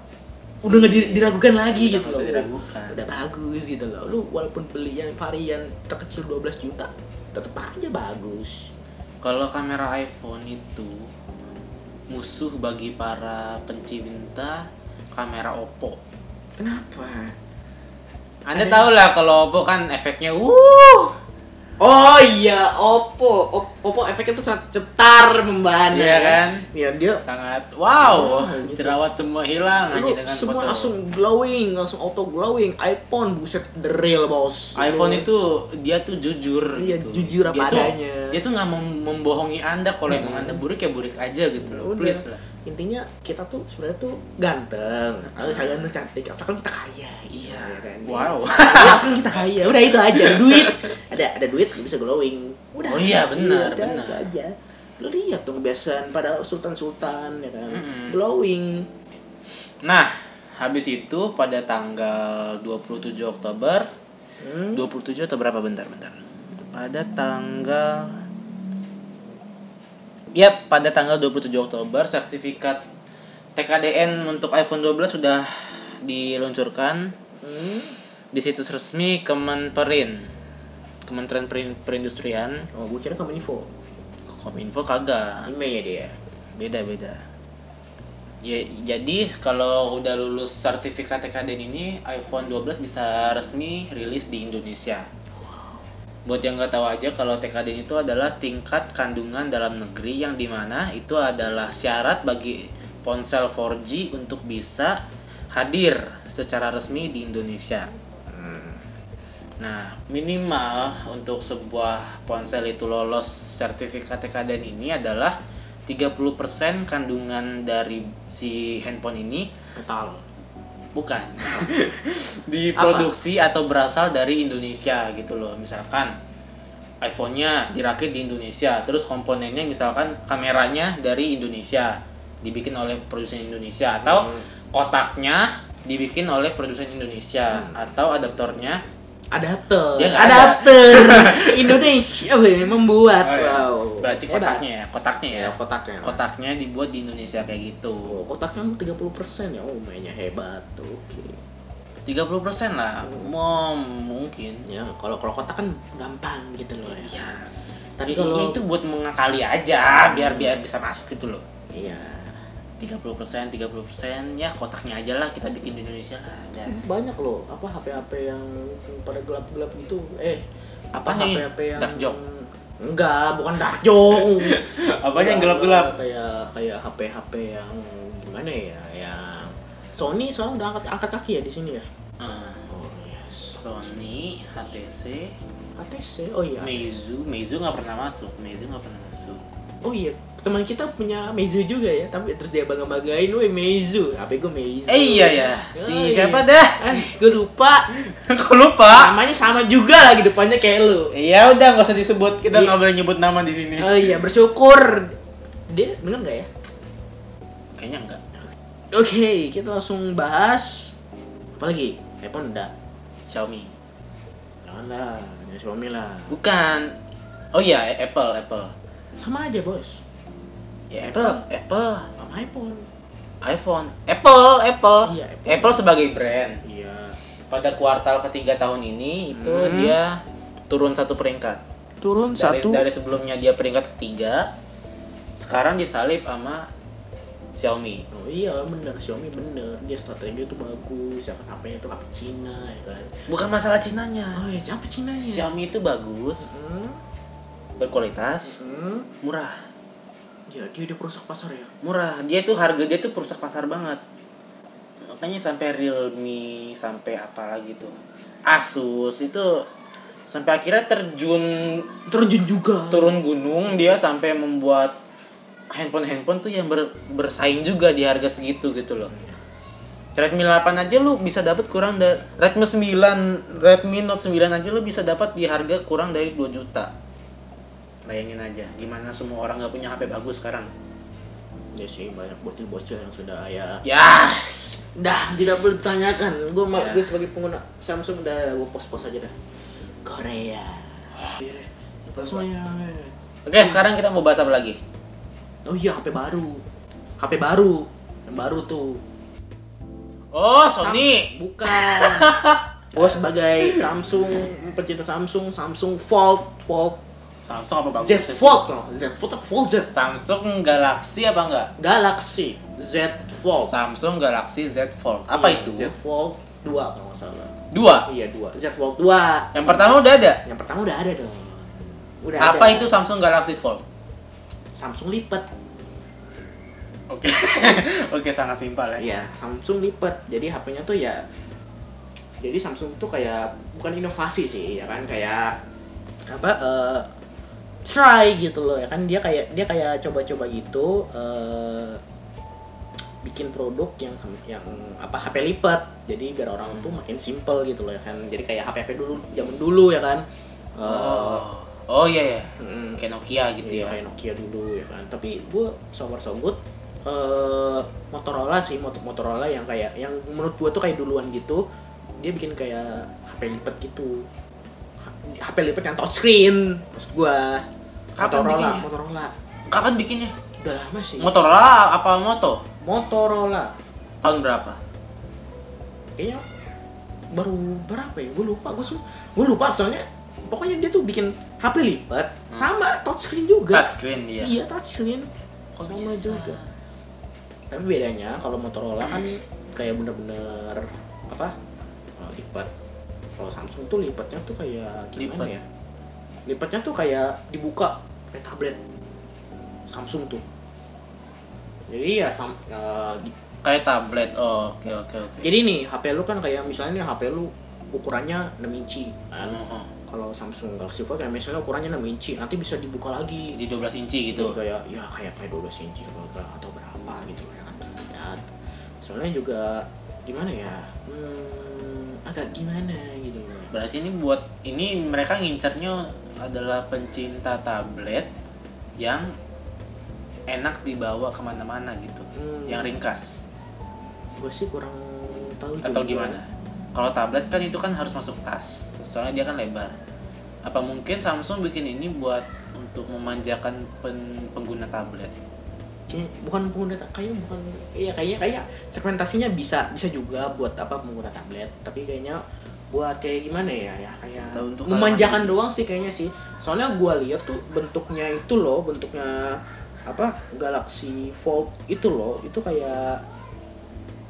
[SPEAKER 2] udah nggak di- diragukan lagi
[SPEAKER 1] Udah nggak
[SPEAKER 2] gitu loh
[SPEAKER 1] usah
[SPEAKER 2] udah,
[SPEAKER 1] diragukan.
[SPEAKER 2] udah bagus gitu loh lu walaupun beli yang varian terkecil 12 juta tetap aja bagus
[SPEAKER 1] kalau kamera iPhone itu musuh bagi para pencinta kamera Oppo
[SPEAKER 2] kenapa
[SPEAKER 1] anda tahu lah kalau Oppo kan efeknya wuh
[SPEAKER 2] Oh iya, Oppo. Op- Oppo efeknya tuh sangat cetar membahana.
[SPEAKER 1] Iya kan?
[SPEAKER 2] Iya dia.
[SPEAKER 1] sangat wow
[SPEAKER 2] Wah, gitu.
[SPEAKER 1] jerawat semua hilang
[SPEAKER 2] Lu
[SPEAKER 1] hanya dengan
[SPEAKER 2] semua
[SPEAKER 1] foto
[SPEAKER 2] langsung glowing, langsung auto glowing. iPhone buset the real bos.
[SPEAKER 1] iPhone itu dia tuh jujur
[SPEAKER 2] gitu. Iya,
[SPEAKER 1] gitu.
[SPEAKER 2] jujur apa
[SPEAKER 1] dia tuh,
[SPEAKER 2] adanya. Hmm.
[SPEAKER 1] dia tuh nggak mem- membohongi anda kalau emang anda burik ya burik aja gitu loh
[SPEAKER 2] Udah.
[SPEAKER 1] please lah
[SPEAKER 2] Intinya kita tuh sebenarnya tuh ganteng, harus kalian tuh cantik, asalkan kita kaya.
[SPEAKER 1] Ah. iya
[SPEAKER 2] kan?
[SPEAKER 1] wow
[SPEAKER 2] Iya, asalkan kita kaya. Udah itu aja, ada duit. Ada ada duit lu bisa glowing. Udah.
[SPEAKER 1] Oh iya, benar,
[SPEAKER 2] Iya, udah,
[SPEAKER 1] benar.
[SPEAKER 2] Itu aja. Lu lihat dong kebiasaan pada sultan-sultan ya kan.
[SPEAKER 1] Mm-mm.
[SPEAKER 2] Glowing.
[SPEAKER 1] nah habis itu pada tanggal 27 Oktober
[SPEAKER 2] Hmm.
[SPEAKER 1] 27 atau berapa bentar bentar pada tanggal ya pada tanggal 27 Oktober sertifikat TKDN untuk iPhone 12 sudah diluncurkan
[SPEAKER 2] Hmm.
[SPEAKER 1] di situs resmi Kemenperin Kementerian Perin- Perindustrian
[SPEAKER 2] Oh, gue kira kamu info.
[SPEAKER 1] Kominfo kagak
[SPEAKER 2] Email ya dia.
[SPEAKER 1] beda beda ya, jadi kalau udah lulus sertifikat TKDN ini iPhone 12 bisa resmi rilis di Indonesia buat yang nggak tahu aja kalau TKDN itu adalah tingkat kandungan dalam negeri yang dimana itu adalah syarat bagi ponsel 4G untuk bisa hadir secara resmi di Indonesia Nah, minimal untuk sebuah ponsel itu lolos sertifikat TKDN ini adalah 30% kandungan dari si handphone ini
[SPEAKER 2] Metal.
[SPEAKER 1] bukan diproduksi atau berasal dari Indonesia gitu loh. Misalkan iPhone-nya dirakit di Indonesia, terus komponennya misalkan kameranya dari Indonesia, dibikin oleh produsen Indonesia atau kotaknya dibikin oleh produsen Indonesia atau adaptornya
[SPEAKER 2] Adapter.
[SPEAKER 1] Dia nggak ada.
[SPEAKER 2] Adapter. Indonesia weh, membuat.
[SPEAKER 1] Oh, iya.
[SPEAKER 2] Wow.
[SPEAKER 1] Berarti
[SPEAKER 2] Hebat.
[SPEAKER 1] kotaknya ya, kotaknya ya.
[SPEAKER 2] Ya, kotaknya.
[SPEAKER 1] Kotaknya dibuat di Indonesia kayak gitu.
[SPEAKER 2] Oh, kotaknya 30% ya. Oh, mainnya hebat. Oke.
[SPEAKER 1] 30% lah. Mau mungkin.
[SPEAKER 2] Ya, kalau kalau kotak kan gampang gitu loh ya.
[SPEAKER 1] Ya. i-
[SPEAKER 2] Tapi kalau
[SPEAKER 1] iya, itu buat mengakali aja biar biar bisa masuk gitu loh.
[SPEAKER 2] Iya.
[SPEAKER 1] 30%, 30% ya kotaknya aja lah kita bikin di Indonesia lah. Ya.
[SPEAKER 2] Banyak loh apa HP-HP yang pada gelap-gelap gitu. Eh, apa
[SPEAKER 1] Apa nih?
[SPEAKER 2] HP-HP yang
[SPEAKER 1] Dark joke?
[SPEAKER 2] Enggak, bukan dark joke.
[SPEAKER 1] Apanya yang
[SPEAKER 2] Ya,
[SPEAKER 1] gelap-gelap?
[SPEAKER 2] kayak kayak HP HP yang gimana ya yang Sony sekarang udah angkat angkat kaki ya di sini ya
[SPEAKER 1] Eh,
[SPEAKER 2] oh yes
[SPEAKER 1] Sony, HTC,
[SPEAKER 2] ATC oh iya
[SPEAKER 1] Meizu, Meizu nggak pernah masuk, Meizu nggak pernah masuk.
[SPEAKER 2] oh iya teman kita punya Meizu juga ya tapi terus dia bangga banggain weh Meizu HP gue Meizu
[SPEAKER 1] Eh iya ya,
[SPEAKER 2] Oh,
[SPEAKER 1] si
[SPEAKER 2] iya.
[SPEAKER 1] siapa dah?
[SPEAKER 2] eh gue lupa
[SPEAKER 1] Kok lupa?
[SPEAKER 2] namanya sama juga lagi depannya kayak lu
[SPEAKER 1] Ya udah nggak usah disebut, kita
[SPEAKER 2] Iya.
[SPEAKER 1] nggak boleh nyebut nama di sini.
[SPEAKER 2] oh iya bersyukur dia denger nggak ya
[SPEAKER 1] Kayaknya enggak.
[SPEAKER 2] oke kita langsung bahas apalagi iPhone enggak
[SPEAKER 1] Xiaomi.
[SPEAKER 2] jangan lah jangan Xiaomi lah
[SPEAKER 1] Bukan. Oh iya, Apple, Apple.
[SPEAKER 2] sama aja bos
[SPEAKER 1] Ya Apple, Apple,
[SPEAKER 2] sama iPhone
[SPEAKER 1] iPhone, Apple, Apple.
[SPEAKER 2] Iya,
[SPEAKER 1] Apple.
[SPEAKER 2] Apple.
[SPEAKER 1] sebagai brand
[SPEAKER 2] Iya.
[SPEAKER 1] pada kuartal ketiga tahun ini itu
[SPEAKER 2] Hmm.
[SPEAKER 1] dia turun satu peringkat.
[SPEAKER 3] turun
[SPEAKER 1] dari,
[SPEAKER 3] satu
[SPEAKER 1] dari sebelumnya dia peringkat ketiga sekarang disalip sama Xiaomi
[SPEAKER 2] Oh iya bener Xiaomi bener dia strategi itu bagus ya kan apa itu apa Cina ya kan
[SPEAKER 1] bukan masalah Cinanya
[SPEAKER 2] oh ya apa Cina ya
[SPEAKER 1] Xiaomi itu bagus
[SPEAKER 2] hmm,
[SPEAKER 1] berkualitas
[SPEAKER 2] hmm.
[SPEAKER 1] murah
[SPEAKER 2] ya dia udah perusak pasar ya
[SPEAKER 1] murah dia tuh harga dia tuh perusak pasar banget makanya sampai Realme sampai apa lagi tuh Asus itu sampai akhirnya terjun
[SPEAKER 2] terjun juga
[SPEAKER 1] turun gunung dia sampai membuat handphone handphone tuh yang ber- bersaing juga di harga segitu gitu loh Redmi 8 aja lu bisa dapat kurang dari Redmi 9 Redmi Note 9 aja lu bisa dapat di harga kurang dari 2 juta bayangin aja gimana semua orang nggak punya HP bagus sekarang
[SPEAKER 2] ya sih banyak bocil-bocil yang sudah ya
[SPEAKER 1] Yes.
[SPEAKER 2] dah tidak perlu ditanyakan gue
[SPEAKER 1] Ya.
[SPEAKER 2] gue sebagai pengguna Samsung udah gue pos-pos aja dah Korea Iya, semuanya
[SPEAKER 1] Oke, sekarang kita mau bahas apa lagi?
[SPEAKER 2] oh iya HP baru HP baru yang baru tuh
[SPEAKER 1] Oh, Sony.
[SPEAKER 2] bukan gue sebagai Samsung pencinta Samsung Samsung Fold Fold
[SPEAKER 1] Samsung apa bagus?
[SPEAKER 2] Z Fold loh Z Fold apa Fold Z
[SPEAKER 1] Samsung Galaxy apa enggak?
[SPEAKER 2] Galaxy Z Fold
[SPEAKER 1] Samsung Galaxy Z Fold. Apa
[SPEAKER 2] Iya,
[SPEAKER 1] itu?
[SPEAKER 2] Z Fold 2 kalau nggak salah
[SPEAKER 1] Dua.
[SPEAKER 2] iya 2 Z Fold 2
[SPEAKER 1] Yang pertama udah ada.
[SPEAKER 2] Yang pertama udah ada dong. Udah
[SPEAKER 1] apa
[SPEAKER 2] ada.
[SPEAKER 1] itu Samsung Galaxy Fold?
[SPEAKER 2] Samsung lipat.
[SPEAKER 1] Oke. Oke, sangat simpel ya.
[SPEAKER 2] Iya, Samsung lipat. Jadi HP-nya tuh ya jadi Samsung tuh kayak bukan inovasi sih, ya kan kayak apa eh try gitu loh ya kan dia kayak dia kayak coba-coba gitu eh bikin produk yang sam- yang apa HP lipat jadi biar orang tuh makin simple gitu loh ya kan jadi kayak HP HP dulu zaman dulu ya kan Eh,
[SPEAKER 1] Oh. Oh iya ya.
[SPEAKER 2] mm,
[SPEAKER 1] Kayak Nokia gitu ya.
[SPEAKER 2] Iya, kayak Nokia dulu ya kan tapi gue so far so good eh, Motorola sih mot Motorola yang kayak yang menurut gue tuh kayak duluan gitu dia bikin kayak HP lipat gitu Ha- HP lipat yang touchscreen maksud gue
[SPEAKER 1] Kapan
[SPEAKER 2] Motorola
[SPEAKER 1] bikinnya?
[SPEAKER 2] Motorola
[SPEAKER 1] Kapan bikinnya?
[SPEAKER 2] udah lama sih
[SPEAKER 1] Motorola apa Moto?
[SPEAKER 2] Motorola
[SPEAKER 1] Tahun berapa?
[SPEAKER 2] kayaknya baru berapa ya gue lupa gue gue lupa soalnya pokoknya dia tuh bikin HP lipat sama touchscreen juga
[SPEAKER 1] Touchscreen dia.
[SPEAKER 2] Iya touchscreen
[SPEAKER 1] Kok
[SPEAKER 2] sama
[SPEAKER 1] bisa?
[SPEAKER 2] juga. Tapi bedanya kalau Motorola kan kayak bener-bener apa uh, lipat. Kalau Samsung tuh lipatnya tuh kayak
[SPEAKER 1] Lipat.
[SPEAKER 2] gimana ya? Lipatnya tuh kayak dibuka kayak tablet. Samsung tuh. Jadi ya sam, uh, di-
[SPEAKER 1] Kayak tablet. Oh, oke oke oke.
[SPEAKER 2] jadi nih HP lu kan kayak misalnya nih HP lu ukurannya 6 inci kan.
[SPEAKER 1] Oh, oh.
[SPEAKER 2] Kalau Samsung Galaxy Fold kayak misalnya ukurannya 6 inci, nanti bisa dibuka lagi
[SPEAKER 1] Di 12 inci
[SPEAKER 2] gitu
[SPEAKER 1] gitu.
[SPEAKER 2] kayak ya kayak kayak 12 inci kalau nggak atau berapa gitu loh ya kan ya, soalnya juga gimana ya hmm, agak gimana gitu loh
[SPEAKER 1] Berarti ini buat ini mereka ngincernya adalah pencinta tablet yang enak dibawa kemana-mana gitu,
[SPEAKER 2] Hmm.
[SPEAKER 1] yang ringkas
[SPEAKER 2] gue Hmm, sih kurang tahu
[SPEAKER 1] atau
[SPEAKER 2] juga.
[SPEAKER 1] gimana? Kalau tablet kan itu kan harus masuk tas, soalnya dia kan lebar. Apa mungkin Samsung bikin ini buat untuk memanjakan pen- pengguna tablet?
[SPEAKER 2] Kayaknya- bukan pengguna ta- kayaknya bukan iya kayaknya kayak segmentasinya bisa bisa juga buat apa pengguna tablet tapi kayaknya buat kayak gimana ya ya kayak
[SPEAKER 1] Atau untuk
[SPEAKER 2] memanjakan
[SPEAKER 1] kalangan
[SPEAKER 2] doang
[SPEAKER 1] bisnis.
[SPEAKER 2] sih kayaknya sih soalnya gua lihat tuh bentuknya itu loh bentuknya apa Galaxy Fold itu loh itu kayak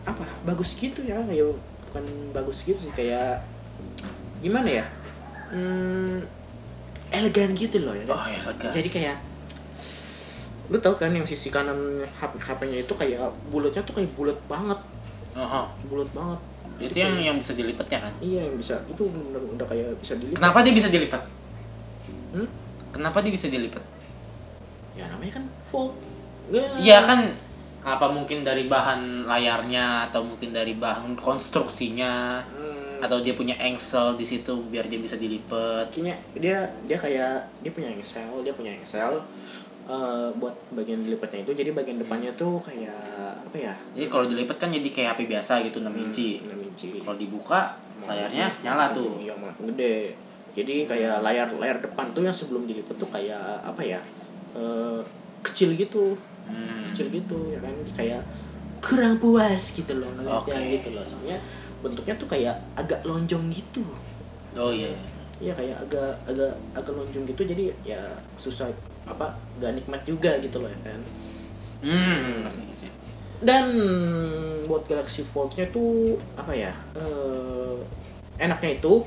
[SPEAKER 2] apa bagus gitu ya kayak bukan bagus gitu sih kayak gimana ya hmm, elegan gitu loh ya kan?
[SPEAKER 1] Oh ya lega.
[SPEAKER 2] jadi kayak lu tau kan yang sisi kanan HP HP-nya itu kayak bulatnya tuh kayak bulat banget
[SPEAKER 1] Oh, oh.
[SPEAKER 2] bulat banget
[SPEAKER 1] itu yang
[SPEAKER 2] Jadi kayak-
[SPEAKER 1] yang bisa dilipatnya kan?
[SPEAKER 2] iya yang bisa itu bener udah kayak bisa dilipat
[SPEAKER 1] Kenapa dia bisa dilipat?
[SPEAKER 2] Hmm?
[SPEAKER 1] Kenapa dia bisa dilipat?
[SPEAKER 2] ya namanya kan fold Ya.
[SPEAKER 1] Iya kan apa mungkin dari bahan layarnya atau mungkin dari bahan konstruksinya
[SPEAKER 2] Hmm,
[SPEAKER 1] atau dia punya engsel di situ biar dia bisa dilipat.
[SPEAKER 2] kayaknya dia dia kayak dia punya Excel dia punya Excel eh, buat bagian dilipatnya itu jadi bagian depannya tuh kayak apa ya
[SPEAKER 1] Jadi kalau dilipat kan jadi kayak HP biasa gitu 6
[SPEAKER 2] Hmm.
[SPEAKER 1] inci.
[SPEAKER 2] enam inci
[SPEAKER 1] Kalau dibuka layarnya nyala tuh.
[SPEAKER 2] Iya, malah gede. Jadi kayak layar layar depan tuh yang sebelum dilipat tuh kayak apa ya? eh, kecil gitu,
[SPEAKER 1] Hmm.
[SPEAKER 2] kecil gitu ya kan kayak kurang puas gitu loh ngeliatnya
[SPEAKER 1] Oke.
[SPEAKER 2] gitu loh. Soalnya bentuknya tuh kayak agak lonjong gitu.
[SPEAKER 1] Oh iya.
[SPEAKER 2] ya kayak agak agak agak lonjong gitu jadi ya susah apa gak nikmat juga gitu loh ya kan
[SPEAKER 1] Hmm.
[SPEAKER 2] dan buat Galaxy Fold-nya tuh apa ya eh, enaknya itu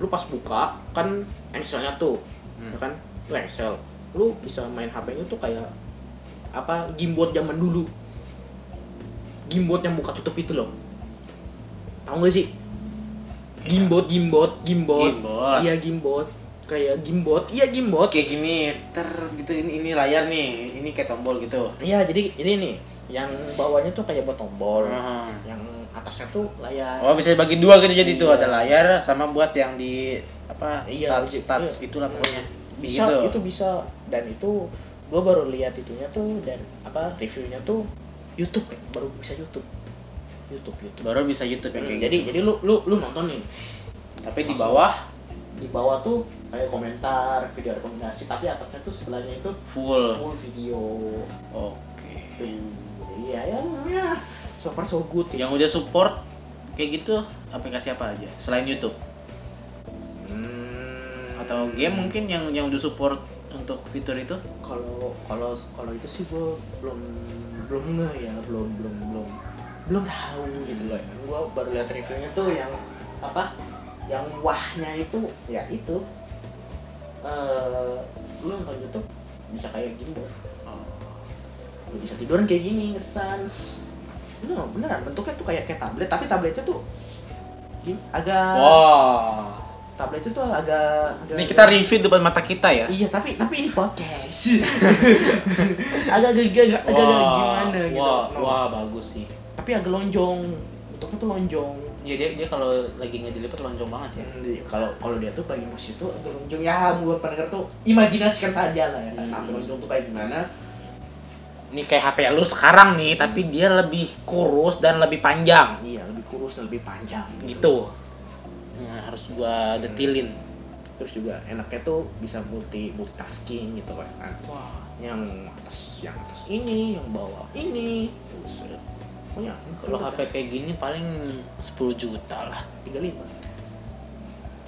[SPEAKER 2] lu pas buka kan engselnya tuh
[SPEAKER 1] Hmm.
[SPEAKER 2] ya kan lu engsel lu bisa main HP-nya tuh kayak apa gimbot zaman dulu gimbot yang buka tutup itu loh tahu gak sih gimbot gimbot gimbot
[SPEAKER 1] Gimbot.
[SPEAKER 2] iya gimbot kayak gimbot iya gimbot
[SPEAKER 1] Kayak gini, ter gitu ini ini layar nih, ini kayak tombol gitu.
[SPEAKER 2] iya jadi ini nih yang bawahnya tuh kayak buat tombol
[SPEAKER 1] Heeh.
[SPEAKER 2] yang atasnya tuh layar
[SPEAKER 1] Hmm. Oh bisa dibagi dua gitu jadi tuh
[SPEAKER 2] Iya.
[SPEAKER 1] ada layar sama buat yang di apa
[SPEAKER 2] Iya,
[SPEAKER 1] touch
[SPEAKER 2] iya.
[SPEAKER 1] touch gitulah pokoknya.
[SPEAKER 2] bisa
[SPEAKER 1] Gitu.
[SPEAKER 2] itu bisa dan itu gue baru lihat itunya tuh dan apa reviewnya tuh YouTube ya, baru bisa YouTube YouTube YouTube Hmm,
[SPEAKER 1] Baru bisa YouTube yang kayak
[SPEAKER 2] jadi
[SPEAKER 1] gitu.
[SPEAKER 2] jadi lu lu lu nonton nih
[SPEAKER 1] Tapi di bawah
[SPEAKER 2] di bawah tuh kayak komentar video rekomendasi tapi atasnya tuh sebelahnya itu
[SPEAKER 1] full.
[SPEAKER 2] full video
[SPEAKER 1] Oke.
[SPEAKER 2] tuh iya ya ya so far so good ya
[SPEAKER 1] Yang udah support kayak gitu aplikasi apa aja selain YouTube
[SPEAKER 2] Hmm,
[SPEAKER 1] atau game mungkin yang yang udah support untuk fitur itu?
[SPEAKER 2] kalau kalau kalau itu sih gue belum belum ngeh ya belum belum belum belum tahu gitu loh ya gue baru lihat reviewnya tuh yang apa yang wahnya itu ya itu eh lu nonton YouTube bisa kayak gini Bang.
[SPEAKER 1] Oh.
[SPEAKER 2] lu bisa tiduran kayak gini ngesans no beneran bentuknya tuh kayak kayak tablet tapi tabletnya tuh gini, agak
[SPEAKER 1] Wow.
[SPEAKER 2] tabletnya tuh agak, agak
[SPEAKER 1] Ini kita review depan mata kita ya.
[SPEAKER 2] Iya tapi tapi ini podcast. agak agak agak agak
[SPEAKER 1] Wah,
[SPEAKER 2] gimana gitu.
[SPEAKER 1] Wah,
[SPEAKER 2] No.
[SPEAKER 1] wah bagus sih.
[SPEAKER 2] Tapi agak lonjong. Bentuknya tuh lonjong.
[SPEAKER 1] Ya dia dia kalau lagi nggak dilipat lonjong banget ya.
[SPEAKER 2] Jadi, Kalau kalau dia tuh bagi musik tuh agak lonjong ya buat pendengar tuh imajinasikan saja lah ya kan.
[SPEAKER 1] Hmm.
[SPEAKER 2] Agak lonjong tuh kayak gimana?
[SPEAKER 1] Ini kayak HP lu sekarang nih, tapi dia lebih kurus dan lebih panjang
[SPEAKER 2] Iya lebih kurus dan lebih panjang.
[SPEAKER 1] gitu. Hmm, harus gua detilin.
[SPEAKER 2] Terus juga enaknya tuh bisa multi multitasking gitu kan.
[SPEAKER 1] Wah.
[SPEAKER 2] Yang atas yang atas ini, yang bawah ini. Terus, eh, Pokoknya
[SPEAKER 1] Kalau HP kayak gini paling 10 juta lah.
[SPEAKER 2] 35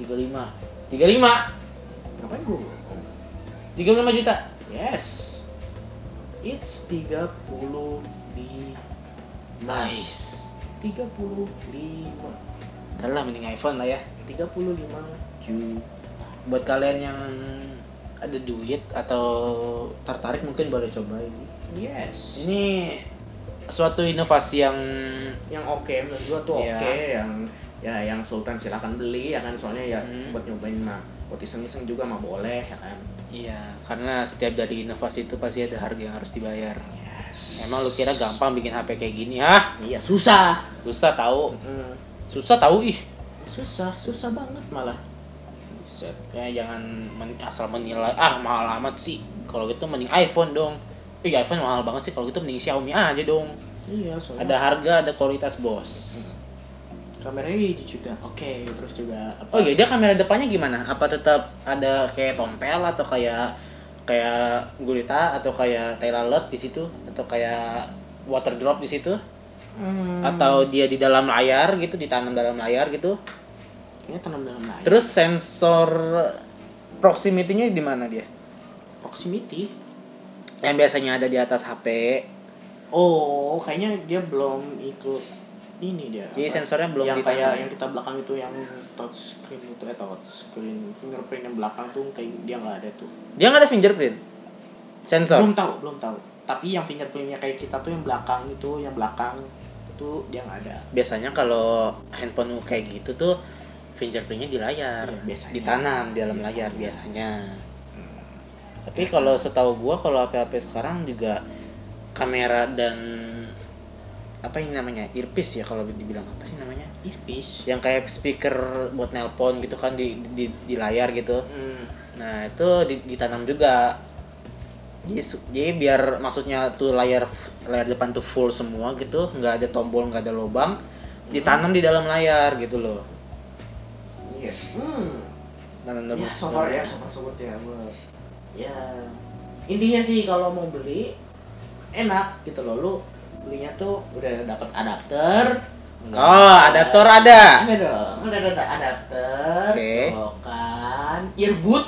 [SPEAKER 1] 35. 35.
[SPEAKER 2] Ngapain gue?
[SPEAKER 1] 35 juta.
[SPEAKER 2] Yes. It's 35.
[SPEAKER 1] Nice.
[SPEAKER 2] 35.
[SPEAKER 1] Udah lah mending iPhone lah ya.
[SPEAKER 2] 35 juta.
[SPEAKER 1] Buat kalian yang ada duit atau tertarik mungkin boleh coba ini.
[SPEAKER 2] Yes.
[SPEAKER 1] Ini suatu inovasi yang
[SPEAKER 2] Yang oke menurut gua tuh
[SPEAKER 1] Iya.
[SPEAKER 2] oke yang ya yang Sultan silakan beli ya kan soalnya ya
[SPEAKER 1] Hmm.
[SPEAKER 2] buat nyobain mah buat iseng-iseng juga mah boleh ya kan.
[SPEAKER 1] Iya, karena setiap dari inovasi itu pasti ada harga yang harus dibayar.
[SPEAKER 2] Yes.
[SPEAKER 1] Emang lu kira gampang bikin HP kayak gini, hah?
[SPEAKER 2] Iya, susah.
[SPEAKER 1] Susah tahu.
[SPEAKER 2] Hmm.
[SPEAKER 1] Susah tahu ih.
[SPEAKER 2] Susah, susah banget malah. Buset.
[SPEAKER 1] Ya jangan men- asal menilai ah mahal amat sih. Kalau gitu mending iPhone dong. Ih, iPhone mahal banget sih. Kalau gitu mending Xiaomi aja dong.
[SPEAKER 2] Iya, soalnya
[SPEAKER 1] Ada harga, ada kualitas, Bos.
[SPEAKER 2] kameranya ini juga oke terus juga apa?
[SPEAKER 1] Oh iya, dia kamera depannya gimana? Apa tetap ada kayak tompel atau kayak kayak gurita atau kayak tai lalat di situ atau kayak water drop di situ
[SPEAKER 2] Hmm.
[SPEAKER 1] atau dia di dalam layar gitu ditanam dalam layar gitu
[SPEAKER 2] Ini tanam dalam layar.
[SPEAKER 1] terus sensor proximity-nya di mana dia
[SPEAKER 2] proximity
[SPEAKER 1] yang biasanya ada di atas HP
[SPEAKER 2] oh kayaknya dia belum ikut ini dia
[SPEAKER 1] Jadi
[SPEAKER 2] apa?
[SPEAKER 1] Iya, sensornya belum
[SPEAKER 2] yang
[SPEAKER 1] ditambah.
[SPEAKER 2] kayak yang kita belakang itu yang touch screen itu eh touch screen fingerprint yang belakang tuh kayak dia nggak ada tuh
[SPEAKER 1] dia nggak ada fingerprint sensor
[SPEAKER 2] belum tahu belum tahu tapi yang fingerprintnya kayak kita tuh yang belakang itu yang belakang itu dia nggak ada
[SPEAKER 1] biasanya kalau handphone kayak gitu tuh fingerprintnya di layar
[SPEAKER 2] Iya, biasanya.
[SPEAKER 1] ditanam di dalam
[SPEAKER 2] Biasanya. Hmm.
[SPEAKER 1] layar biasanya tapi kalau setahu gua kalau HP-HP sekarang juga kamera dan apa ini namanya earpiece ya kalau dibilang apa sih namanya
[SPEAKER 2] earpiece
[SPEAKER 1] yang kayak speaker buat nelpon gitu kan di di, di layar gitu
[SPEAKER 2] hmm.
[SPEAKER 1] nah itu di- ditanam juga jadi, se- jadi biar maksudnya tuh layar layar depan tuh full semua gitu nggak ada tombol nggak ada lubang ditanam di dalam layar gitu loh
[SPEAKER 2] iya hmm.
[SPEAKER 1] tanam dalam
[SPEAKER 2] ya so far ya so far so good ya gua ya intinya sih kalau mau beli enak gitu loh lu belinya tuh udah dapat adapter
[SPEAKER 1] oh adaptor ada
[SPEAKER 2] ada dong udah ada adapter
[SPEAKER 1] Oke.
[SPEAKER 2] selokan earbud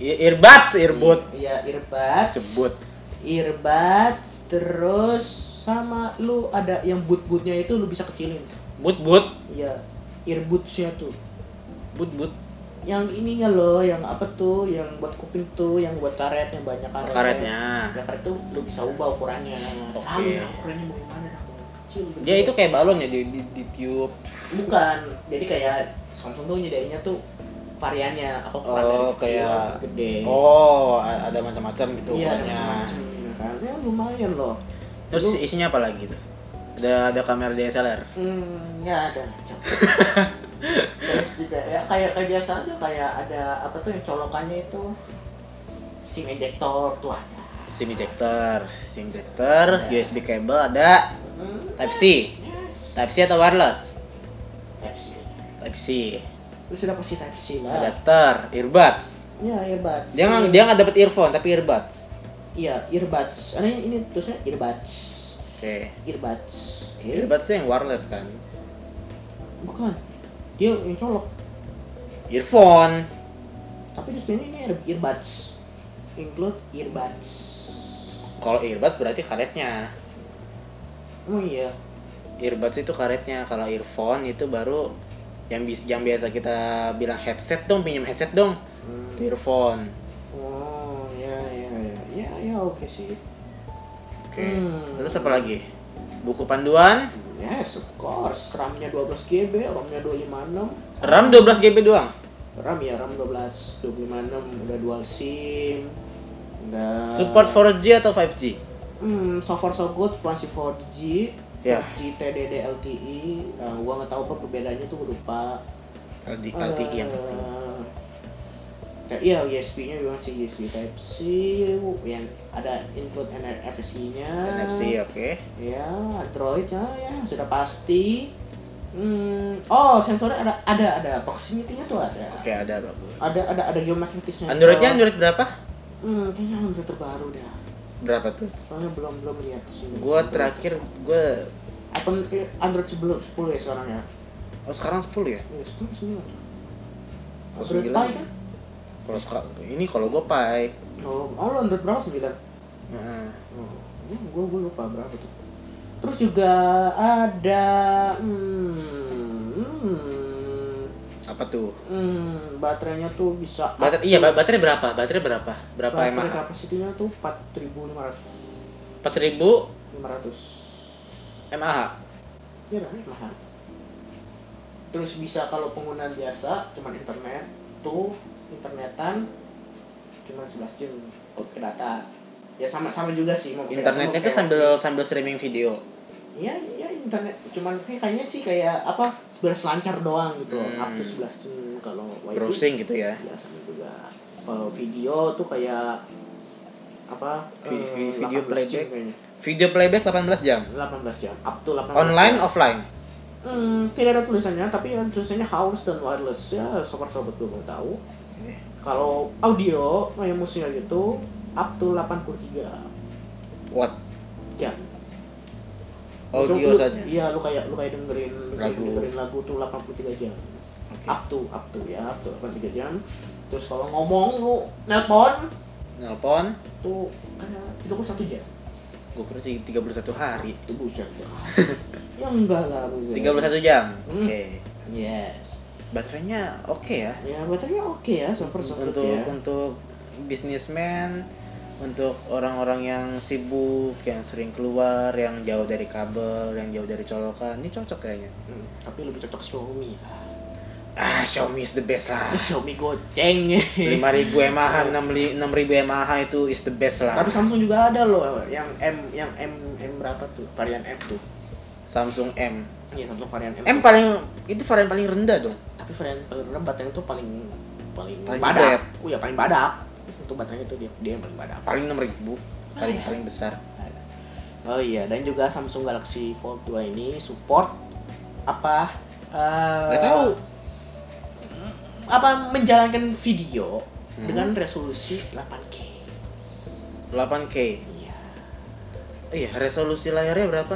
[SPEAKER 1] Earbuds, earbud.
[SPEAKER 2] iya earbuds
[SPEAKER 1] Cebut.
[SPEAKER 2] earbuds terus sama lu ada yang boot-bootnya itu lu bisa kecilin
[SPEAKER 1] But but
[SPEAKER 2] iya earbudsnya tuh
[SPEAKER 1] but but
[SPEAKER 2] yang ininya loh yang apa tuh yang buat kuping tuh yang buat karetnya banyak karet
[SPEAKER 1] karetnya.
[SPEAKER 2] ya karet tuh lu bisa ubah ukurannya sama
[SPEAKER 1] Oke.
[SPEAKER 2] ukurannya mau gimana mau yang kecil gede.
[SPEAKER 1] Dia itu kayak balon ya di di, di tiup.
[SPEAKER 2] bukan jadi kayak Samsung tuh nyediainnya tuh variannya apa ukuran dari
[SPEAKER 1] Oh,
[SPEAKER 2] kecil,
[SPEAKER 1] kayak
[SPEAKER 2] gede
[SPEAKER 1] Oh, a- ada macam-macam gitu
[SPEAKER 2] iya ada
[SPEAKER 1] ukurannya.
[SPEAKER 2] macam-macam ya kan ya lumayan loh
[SPEAKER 1] Terus isinya apa lagi tuh? Ada ada kamera DSLR.
[SPEAKER 2] Hmm, ya ada macam. Terus juga ya kayak kayak biasa aja kayak ada apa tuh yang colokannya itu SIM ejector tuh ada.
[SPEAKER 1] SIM ejector, SIM ejector, USB cable ada
[SPEAKER 2] Hmm,
[SPEAKER 1] Type C.
[SPEAKER 2] yes.
[SPEAKER 1] Type C atau wireless?
[SPEAKER 2] Type C.
[SPEAKER 1] Type C.
[SPEAKER 2] Terus udah pasti Type C lah.
[SPEAKER 1] Adapter, earbuds.
[SPEAKER 2] Ya earbuds.
[SPEAKER 1] Dia nggak dia nggak dapet earphone tapi earbuds.
[SPEAKER 2] Iya earbuds. Ada yang ini terusnya earbuds.
[SPEAKER 1] Oke.
[SPEAKER 2] Earbuds. Oke.
[SPEAKER 1] Earbuds tuh yang wireless kan.
[SPEAKER 2] Bukan. Dia yang colok.
[SPEAKER 1] Earphone.
[SPEAKER 2] Tapi di sini ini ada earbuds. Include earbuds.
[SPEAKER 1] Kalau earbuds berarti karetnya.
[SPEAKER 2] Oh iya.
[SPEAKER 1] Earbuds itu karetnya. Kalau earphone itu baru yang bis yang biasa kita bilang headset dong, pinjam headset dong.
[SPEAKER 2] Hmm.
[SPEAKER 1] Itu earphone.
[SPEAKER 2] Oh ya ya ya ya ya oke sih.
[SPEAKER 1] Oke.
[SPEAKER 2] Hmm.
[SPEAKER 1] Terus apa lagi? Buku panduan,
[SPEAKER 2] Yes of course. RAM-nya 12 GB, ROM-nya 256.
[SPEAKER 1] RAM 12 GB doang.
[SPEAKER 2] RAM ya RAM 12, 256 udah dual SIM. Udah
[SPEAKER 1] Support 4G atau 5G?
[SPEAKER 2] Hmm, so far so good masih 4G.
[SPEAKER 1] Ya.
[SPEAKER 2] 4G TDD LTE. Nah, gua nggak tahu apa perbedaannya tuh gua lupa.
[SPEAKER 1] LTE, LTE E yang penting.
[SPEAKER 2] Eh, ya, iya USB-nya juga masih USB Type C yang ada input NFC-nya.
[SPEAKER 1] NFC, oke.
[SPEAKER 2] Ya, Android ya, ya sudah pasti. Hmm, oh sensornya ada ada ada proximity-nya tuh ada.
[SPEAKER 1] Oke, ada bagus.
[SPEAKER 2] Ada ada ada geomagnetisnya.
[SPEAKER 1] Androidnya Android berapa?
[SPEAKER 2] Hmm, kayaknya Android terbaru dah.
[SPEAKER 1] Berapa tuh?
[SPEAKER 2] Soalnya belum belum lihat sini.
[SPEAKER 1] Gua terakhir gua
[SPEAKER 2] apa eh, Android sebelum 10 ya sekarang ya.
[SPEAKER 1] oh sekarang 10 ya.
[SPEAKER 2] Ya, 10 sembilan.
[SPEAKER 1] Oh,
[SPEAKER 2] Android
[SPEAKER 1] sembilan.
[SPEAKER 2] Pie kan?
[SPEAKER 1] Kalau seka- ini kalau gua Pai.
[SPEAKER 2] Oh, oh lu Android berapa 9?
[SPEAKER 1] Heeh.
[SPEAKER 2] Oh, gue gue lupa berapa tuh. Terus juga ada hmm, hmm,
[SPEAKER 1] Apa tuh?
[SPEAKER 2] hmm, baterainya tuh bisa
[SPEAKER 1] Bater iya, ba- baterai berapa? Baterai berapa? Berapa
[SPEAKER 2] baterai
[SPEAKER 1] mAh?
[SPEAKER 2] kapasitinya tuh 4500
[SPEAKER 1] 4000
[SPEAKER 2] 500
[SPEAKER 1] mAh.
[SPEAKER 2] ya kan mahal terus bisa kalau penggunaan biasa cuman internet tuh internetan cuman 11 jam kalau pakai data ya sama sama juga sih mau pakai-
[SPEAKER 1] Internetnya tuh
[SPEAKER 2] mau pakai-
[SPEAKER 1] sambil sambil streaming video.
[SPEAKER 2] Iya, iya internet. Cuman kayak- kayaknya sih kayak apa berselancar doang gitu.
[SPEAKER 1] Hmm.
[SPEAKER 2] Up to 11 jam kalau wifi.
[SPEAKER 1] Browsing gitu ya.
[SPEAKER 2] Ya sama juga. Kalau video tuh kayak apa?
[SPEAKER 1] Vi-
[SPEAKER 2] eh,
[SPEAKER 1] vi- video
[SPEAKER 2] 18 jam
[SPEAKER 1] playback.
[SPEAKER 2] kayaknya.
[SPEAKER 1] Video playback 18 jam.
[SPEAKER 2] 18 jam. Up to 18
[SPEAKER 1] Online
[SPEAKER 2] jam.
[SPEAKER 1] offline.
[SPEAKER 2] Hmm, tidak ada tulisannya, tapi yang tulisannya house dan wireless ya sobat-sobat gue mau tahu.
[SPEAKER 1] Oke.
[SPEAKER 2] Kalau audio, kayak musiknya gitu, up to 83
[SPEAKER 1] What?
[SPEAKER 2] jam.
[SPEAKER 1] Audio
[SPEAKER 2] Lu-
[SPEAKER 1] saja.
[SPEAKER 2] Iya, lu kayak lu kayak dengerin lu kayak
[SPEAKER 1] Lagu.
[SPEAKER 2] dengerin lagu tuh 83 jam.
[SPEAKER 1] Oke.
[SPEAKER 2] Up to up to ya, up to 83 jam. Terus kalau ngomong lu nelpon
[SPEAKER 1] Nelpon,
[SPEAKER 2] tuh kena 31 jam.
[SPEAKER 1] gua kira 31 hari.
[SPEAKER 2] Itu buset. ya enggak lah buset.
[SPEAKER 1] 31 jam.
[SPEAKER 2] Hmm.
[SPEAKER 1] Oke.
[SPEAKER 2] Yes.
[SPEAKER 1] Baterainya oke ya.
[SPEAKER 2] Ya baterainya oke ya, so far so good
[SPEAKER 1] untuk kan-
[SPEAKER 2] ya.
[SPEAKER 1] untuk bisnismen untuk orang-orang yang sibuk yang sering keluar yang jauh dari kabel yang jauh dari colokan ini cocok kayaknya
[SPEAKER 2] Hmm, tapi lebih cocok Xiaomi.
[SPEAKER 1] ah Xiaomi is the best lah
[SPEAKER 2] Ah, Xiaomi goceng.
[SPEAKER 1] 5000 mAh 6000 6000 mAh itu is the best lah
[SPEAKER 2] tapi Samsung juga ada loh yang M yang M M berapa tuh? Varian M tuh.
[SPEAKER 1] Samsung M
[SPEAKER 2] Iya, Samsung varian M.
[SPEAKER 1] M paling itu varian paling rendah dong
[SPEAKER 2] tapi varian paling rendah baterainya tuh paling paling,
[SPEAKER 1] Paling
[SPEAKER 2] badak
[SPEAKER 1] jebret.
[SPEAKER 2] oh ya paling badak itu baterainya tuh dia dia yang paling badak
[SPEAKER 1] paling 6000 paling
[SPEAKER 2] iya?
[SPEAKER 1] paling besar
[SPEAKER 2] Eh. oh iya dan juga Samsung Galaxy Fold 2 ini support apa eh,
[SPEAKER 1] nggak tahu
[SPEAKER 2] apa menjalankan video
[SPEAKER 1] Hmm.
[SPEAKER 2] dengan resolusi 8K
[SPEAKER 1] 8K
[SPEAKER 2] iya
[SPEAKER 1] iya resolusi layarnya berapa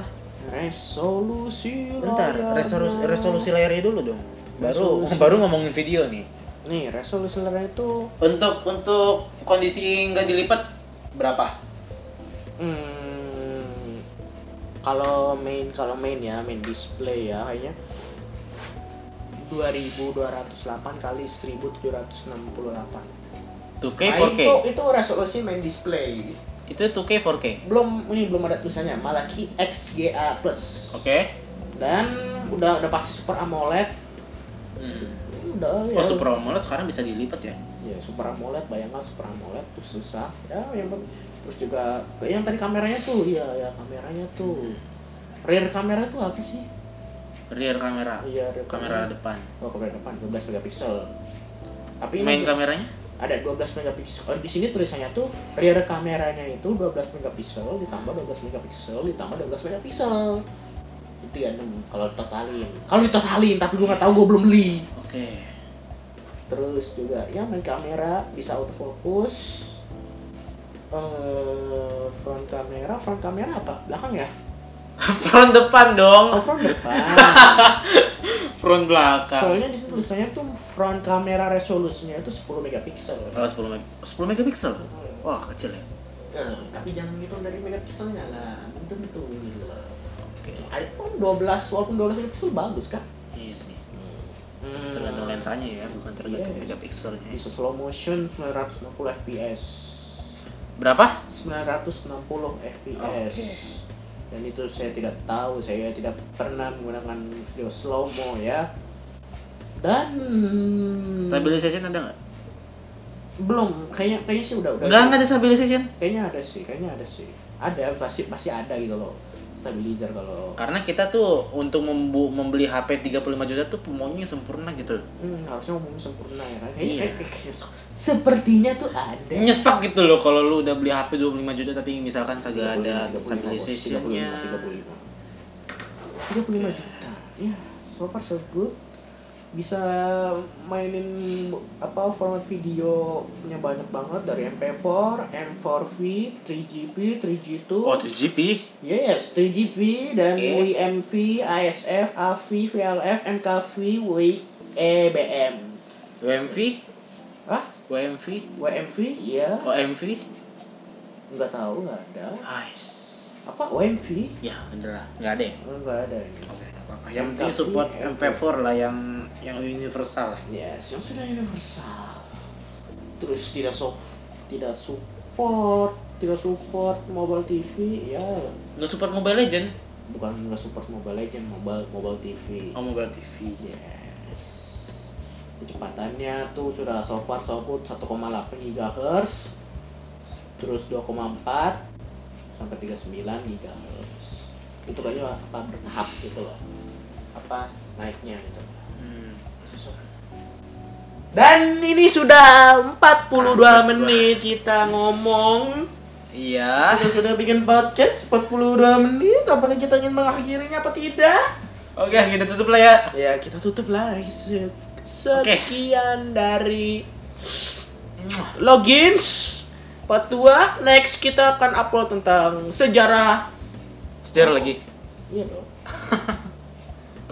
[SPEAKER 2] resolusi
[SPEAKER 1] bentar
[SPEAKER 2] layarnya.
[SPEAKER 1] resolusi resolusi layarnya dulu dong baru
[SPEAKER 2] Oh, ya Resolusi.
[SPEAKER 1] baru ngomongin video nih
[SPEAKER 2] Nih, Reso listener itu
[SPEAKER 1] Untuk untuk kondisi nggak dilipat berapa?
[SPEAKER 2] hmm, kalau main kalau main ya, main display ya kayaknya 2208 kali 1768.
[SPEAKER 1] Tuh
[SPEAKER 2] Nah,
[SPEAKER 1] k 4K.
[SPEAKER 2] itu itu resolusi main display.
[SPEAKER 1] Itu tuh k 4K.
[SPEAKER 2] Belum ini belum ada tulisannya, malah XGA Plus.
[SPEAKER 1] Oke.
[SPEAKER 2] Dan udah udah pasti Super AMOLED. Udah ya.
[SPEAKER 1] Oh, Super AMOLED sekarang bisa dilipat ya?
[SPEAKER 2] ya super AMOLED bayangkan super AMOLED tuh susah ya yang pen- terus juga kayak yang tadi kameranya tuh iya ya kameranya tuh
[SPEAKER 1] Hmm.
[SPEAKER 2] rear kamera tuh apa sih
[SPEAKER 1] Rear kamera.
[SPEAKER 2] iya rear
[SPEAKER 1] Kamera depan.
[SPEAKER 2] oh kamera depan 12 megapiksel tapi ini
[SPEAKER 1] Main
[SPEAKER 2] tuh
[SPEAKER 1] kameranya?
[SPEAKER 2] ada 12 megapiksel oh, di sini tulisannya tuh rear kameranya itu 12 megapiksel ditambah 12 megapiksel ditambah 12 megapiksel itu ya kalau ditotalin kalau ditotalin tapi gue nggak tahu gue belum beli
[SPEAKER 1] Oke.
[SPEAKER 2] terus juga ya main kamera bisa autofocus eh front kamera front kamera apa belakang ya
[SPEAKER 1] Front depan
[SPEAKER 2] oh
[SPEAKER 1] dong.
[SPEAKER 2] front depan
[SPEAKER 1] Front belakang.
[SPEAKER 2] soalnya di situ tulisannya tuh front kamera resolusinya itu 10 megapiksel
[SPEAKER 1] Oh, 10 meg 10 megapiksel. Wah, kecil ya.
[SPEAKER 2] Nah, tapi jangan gitu dari megapikselnya lah belum tentu gitu loh
[SPEAKER 1] Oke.
[SPEAKER 2] iPhone 12 walaupun 12 megapiksel bagus kan
[SPEAKER 1] Iya sih.
[SPEAKER 2] hmm.
[SPEAKER 1] Tergantung lensanya ya, bukan tergantung
[SPEAKER 2] Iya.
[SPEAKER 1] megapikselnya.
[SPEAKER 2] bisa slow motion 960 fps
[SPEAKER 1] Berapa?
[SPEAKER 2] 960 fps
[SPEAKER 1] Oke.
[SPEAKER 2] dan itu saya tidak tahu saya tidak pernah menggunakan video slow mo ya dan Hmm.
[SPEAKER 1] Stabilization ada nggak?
[SPEAKER 2] belum kayaknya kayaknya sih udah udah
[SPEAKER 1] Nggak, nggak ada stabilization.
[SPEAKER 2] kayaknya ada sih kayaknya ada sih ada pasti pasti ada gitu loh stabilizer kalau
[SPEAKER 1] Karena kita tuh untuk membu- membeli HP 35 juta tuh maunya sempurna gitu.
[SPEAKER 2] hmm, harusnya umum sempurna ya kan
[SPEAKER 1] Iya.
[SPEAKER 2] Kayaknya- kayak- kayak- kayak se- sepertinya tuh ada
[SPEAKER 1] Nyesek gitu loh kalau lu udah beli HP 25 juta tapi misalkan
[SPEAKER 2] 35,
[SPEAKER 1] kagak ada
[SPEAKER 2] 35, bos.
[SPEAKER 1] stabilizationnya.
[SPEAKER 2] 35, 35. 35
[SPEAKER 1] Iya.
[SPEAKER 2] juta ya so far so good bisa mainin apa format videonya banyak banget dari MP4, M4V, 3GP, 3G2,
[SPEAKER 1] Oh, 3GP.
[SPEAKER 2] yes 3GV dan
[SPEAKER 1] Oke.
[SPEAKER 2] WMV, ISF, AV, VLF, MKV, E WEBM.
[SPEAKER 1] WMV,
[SPEAKER 2] Ah,
[SPEAKER 1] WMV,
[SPEAKER 2] WMV? Iya,
[SPEAKER 1] OMV.
[SPEAKER 2] nggak tahu nggak ada.
[SPEAKER 1] Ais.
[SPEAKER 2] Apa WMV?
[SPEAKER 1] Ya, bener lah. Nggak ada ya?
[SPEAKER 2] Nggak ada. ini.
[SPEAKER 1] Oke, nggak apa-apa. Yang penting support MP4 lah yang yang universal lah.
[SPEAKER 2] Yes, yang sudah universal. Terus tidak so tidak support, tidak support mobile TV ya.
[SPEAKER 1] Nggak support Mobile Legend.
[SPEAKER 2] Bukan nggak support mobile legend, mobile mobile TV.
[SPEAKER 1] Oh, Mobile TV.
[SPEAKER 2] Yes. Kecepatannya tuh sudah so far so good 1,8 GHz. Terus 2,4 sampai 39 GHz. Itu kayaknya apa bertahap gitu loh. Apa naiknya gitu.
[SPEAKER 1] Hmm.
[SPEAKER 2] Dan ini sudah 42 menit kita ngomong.
[SPEAKER 1] Iya.
[SPEAKER 2] Kita sudah bikin podcast 42 menit. Apakah kita ingin mengakhirinya apa tidak?
[SPEAKER 1] Oke, kita tutup lah ya.
[SPEAKER 2] Ya, kita tutup lah. Se- Sekian dari Logins Patua. Next kita akan upload tentang sejarah.
[SPEAKER 1] Setir lagi.
[SPEAKER 2] Iya dong.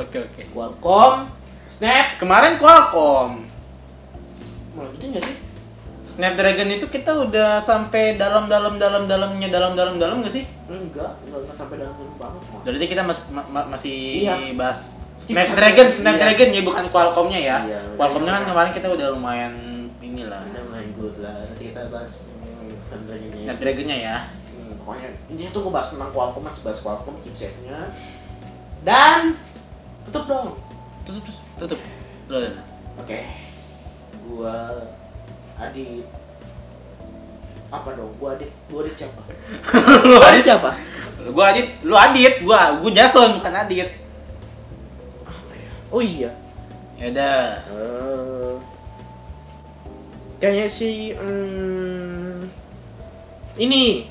[SPEAKER 1] Oke, oke.
[SPEAKER 2] Qualcomm, Snap.
[SPEAKER 1] Kemarin Qualcomm
[SPEAKER 2] Mau lanjutin nggak sih?
[SPEAKER 1] Snapdragon itu kita udah sampai dalam dalam dalam dalamnya dalam dalam dalam gak sih?
[SPEAKER 2] Enggak, enggak enggak sampai dalam dalam banget. Mas.
[SPEAKER 1] Berarti kita mas- ma- ma- masih
[SPEAKER 2] Iya.
[SPEAKER 1] bahas Snapdragon, Snapdragon ya bukan Qualcomm-nya ya.
[SPEAKER 2] Iya.
[SPEAKER 1] Qualcomm-nya kan kemarin kita udah lumayan inilah.
[SPEAKER 2] Udah main good lah. Nanti kita bahas hmm, Snapdragon ini.
[SPEAKER 1] Snapdragon-nya ya.
[SPEAKER 2] Hmm, pokoknya intinya tuh gue bahas tentang Qualcomm masih bahas Qualcomm chipsetnya dan tutup dong oke
[SPEAKER 1] Tutup tutup. tutup. Loh,
[SPEAKER 2] gua Adit apa dong gua Adit gua Adit siapa
[SPEAKER 1] Lu Adit,
[SPEAKER 2] siapa
[SPEAKER 1] gua Adit, lu Adit, gua gua Jason bukan Adit.
[SPEAKER 2] oh iya
[SPEAKER 1] Ya udah.
[SPEAKER 2] Eh, kayaknya si hmm, ini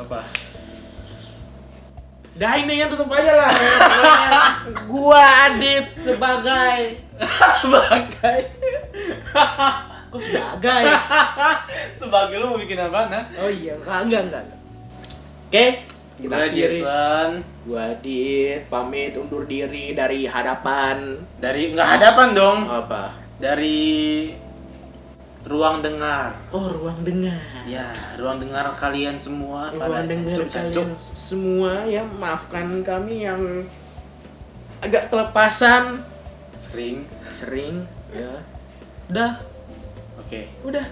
[SPEAKER 1] Apa?
[SPEAKER 2] Dah intinya tutup aja lah. Pokoknya gua Adit sebagai
[SPEAKER 1] Sebagai
[SPEAKER 2] Kok sebagai?
[SPEAKER 1] sebagai lu mau bikin apa nah?
[SPEAKER 2] Oh iya, enggak enggak enggak. Oke, kita
[SPEAKER 1] Gua
[SPEAKER 2] akhiri.
[SPEAKER 1] Jason.
[SPEAKER 2] Gua Adit pamit undur diri dari hadapan
[SPEAKER 1] Dari nggak hadapan dong.
[SPEAKER 2] apa?
[SPEAKER 1] dari ruang dengar.
[SPEAKER 2] oh ruang dengar
[SPEAKER 1] Ya, ruang dengar kalian semua
[SPEAKER 2] Ruang dengar
[SPEAKER 1] cancuk-cancuk.
[SPEAKER 2] kalian semua ya maafkan kami yang agak kelepasan
[SPEAKER 1] sering.
[SPEAKER 2] sering ya udah
[SPEAKER 1] Oke.
[SPEAKER 2] udah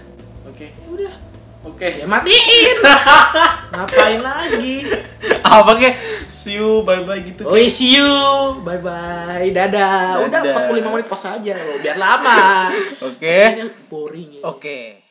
[SPEAKER 1] Oke.
[SPEAKER 2] udah
[SPEAKER 1] Oke.
[SPEAKER 2] ya matiin ngapain lagi Ya.
[SPEAKER 1] Apa kek? See you, bye bye gitu.
[SPEAKER 2] oh see you bye bye dadah, Eh. udah
[SPEAKER 1] Dadah.
[SPEAKER 2] 45 menit pas aja loh biar lama
[SPEAKER 1] Oke.
[SPEAKER 2] Kayaknya boring ya
[SPEAKER 1] Oke.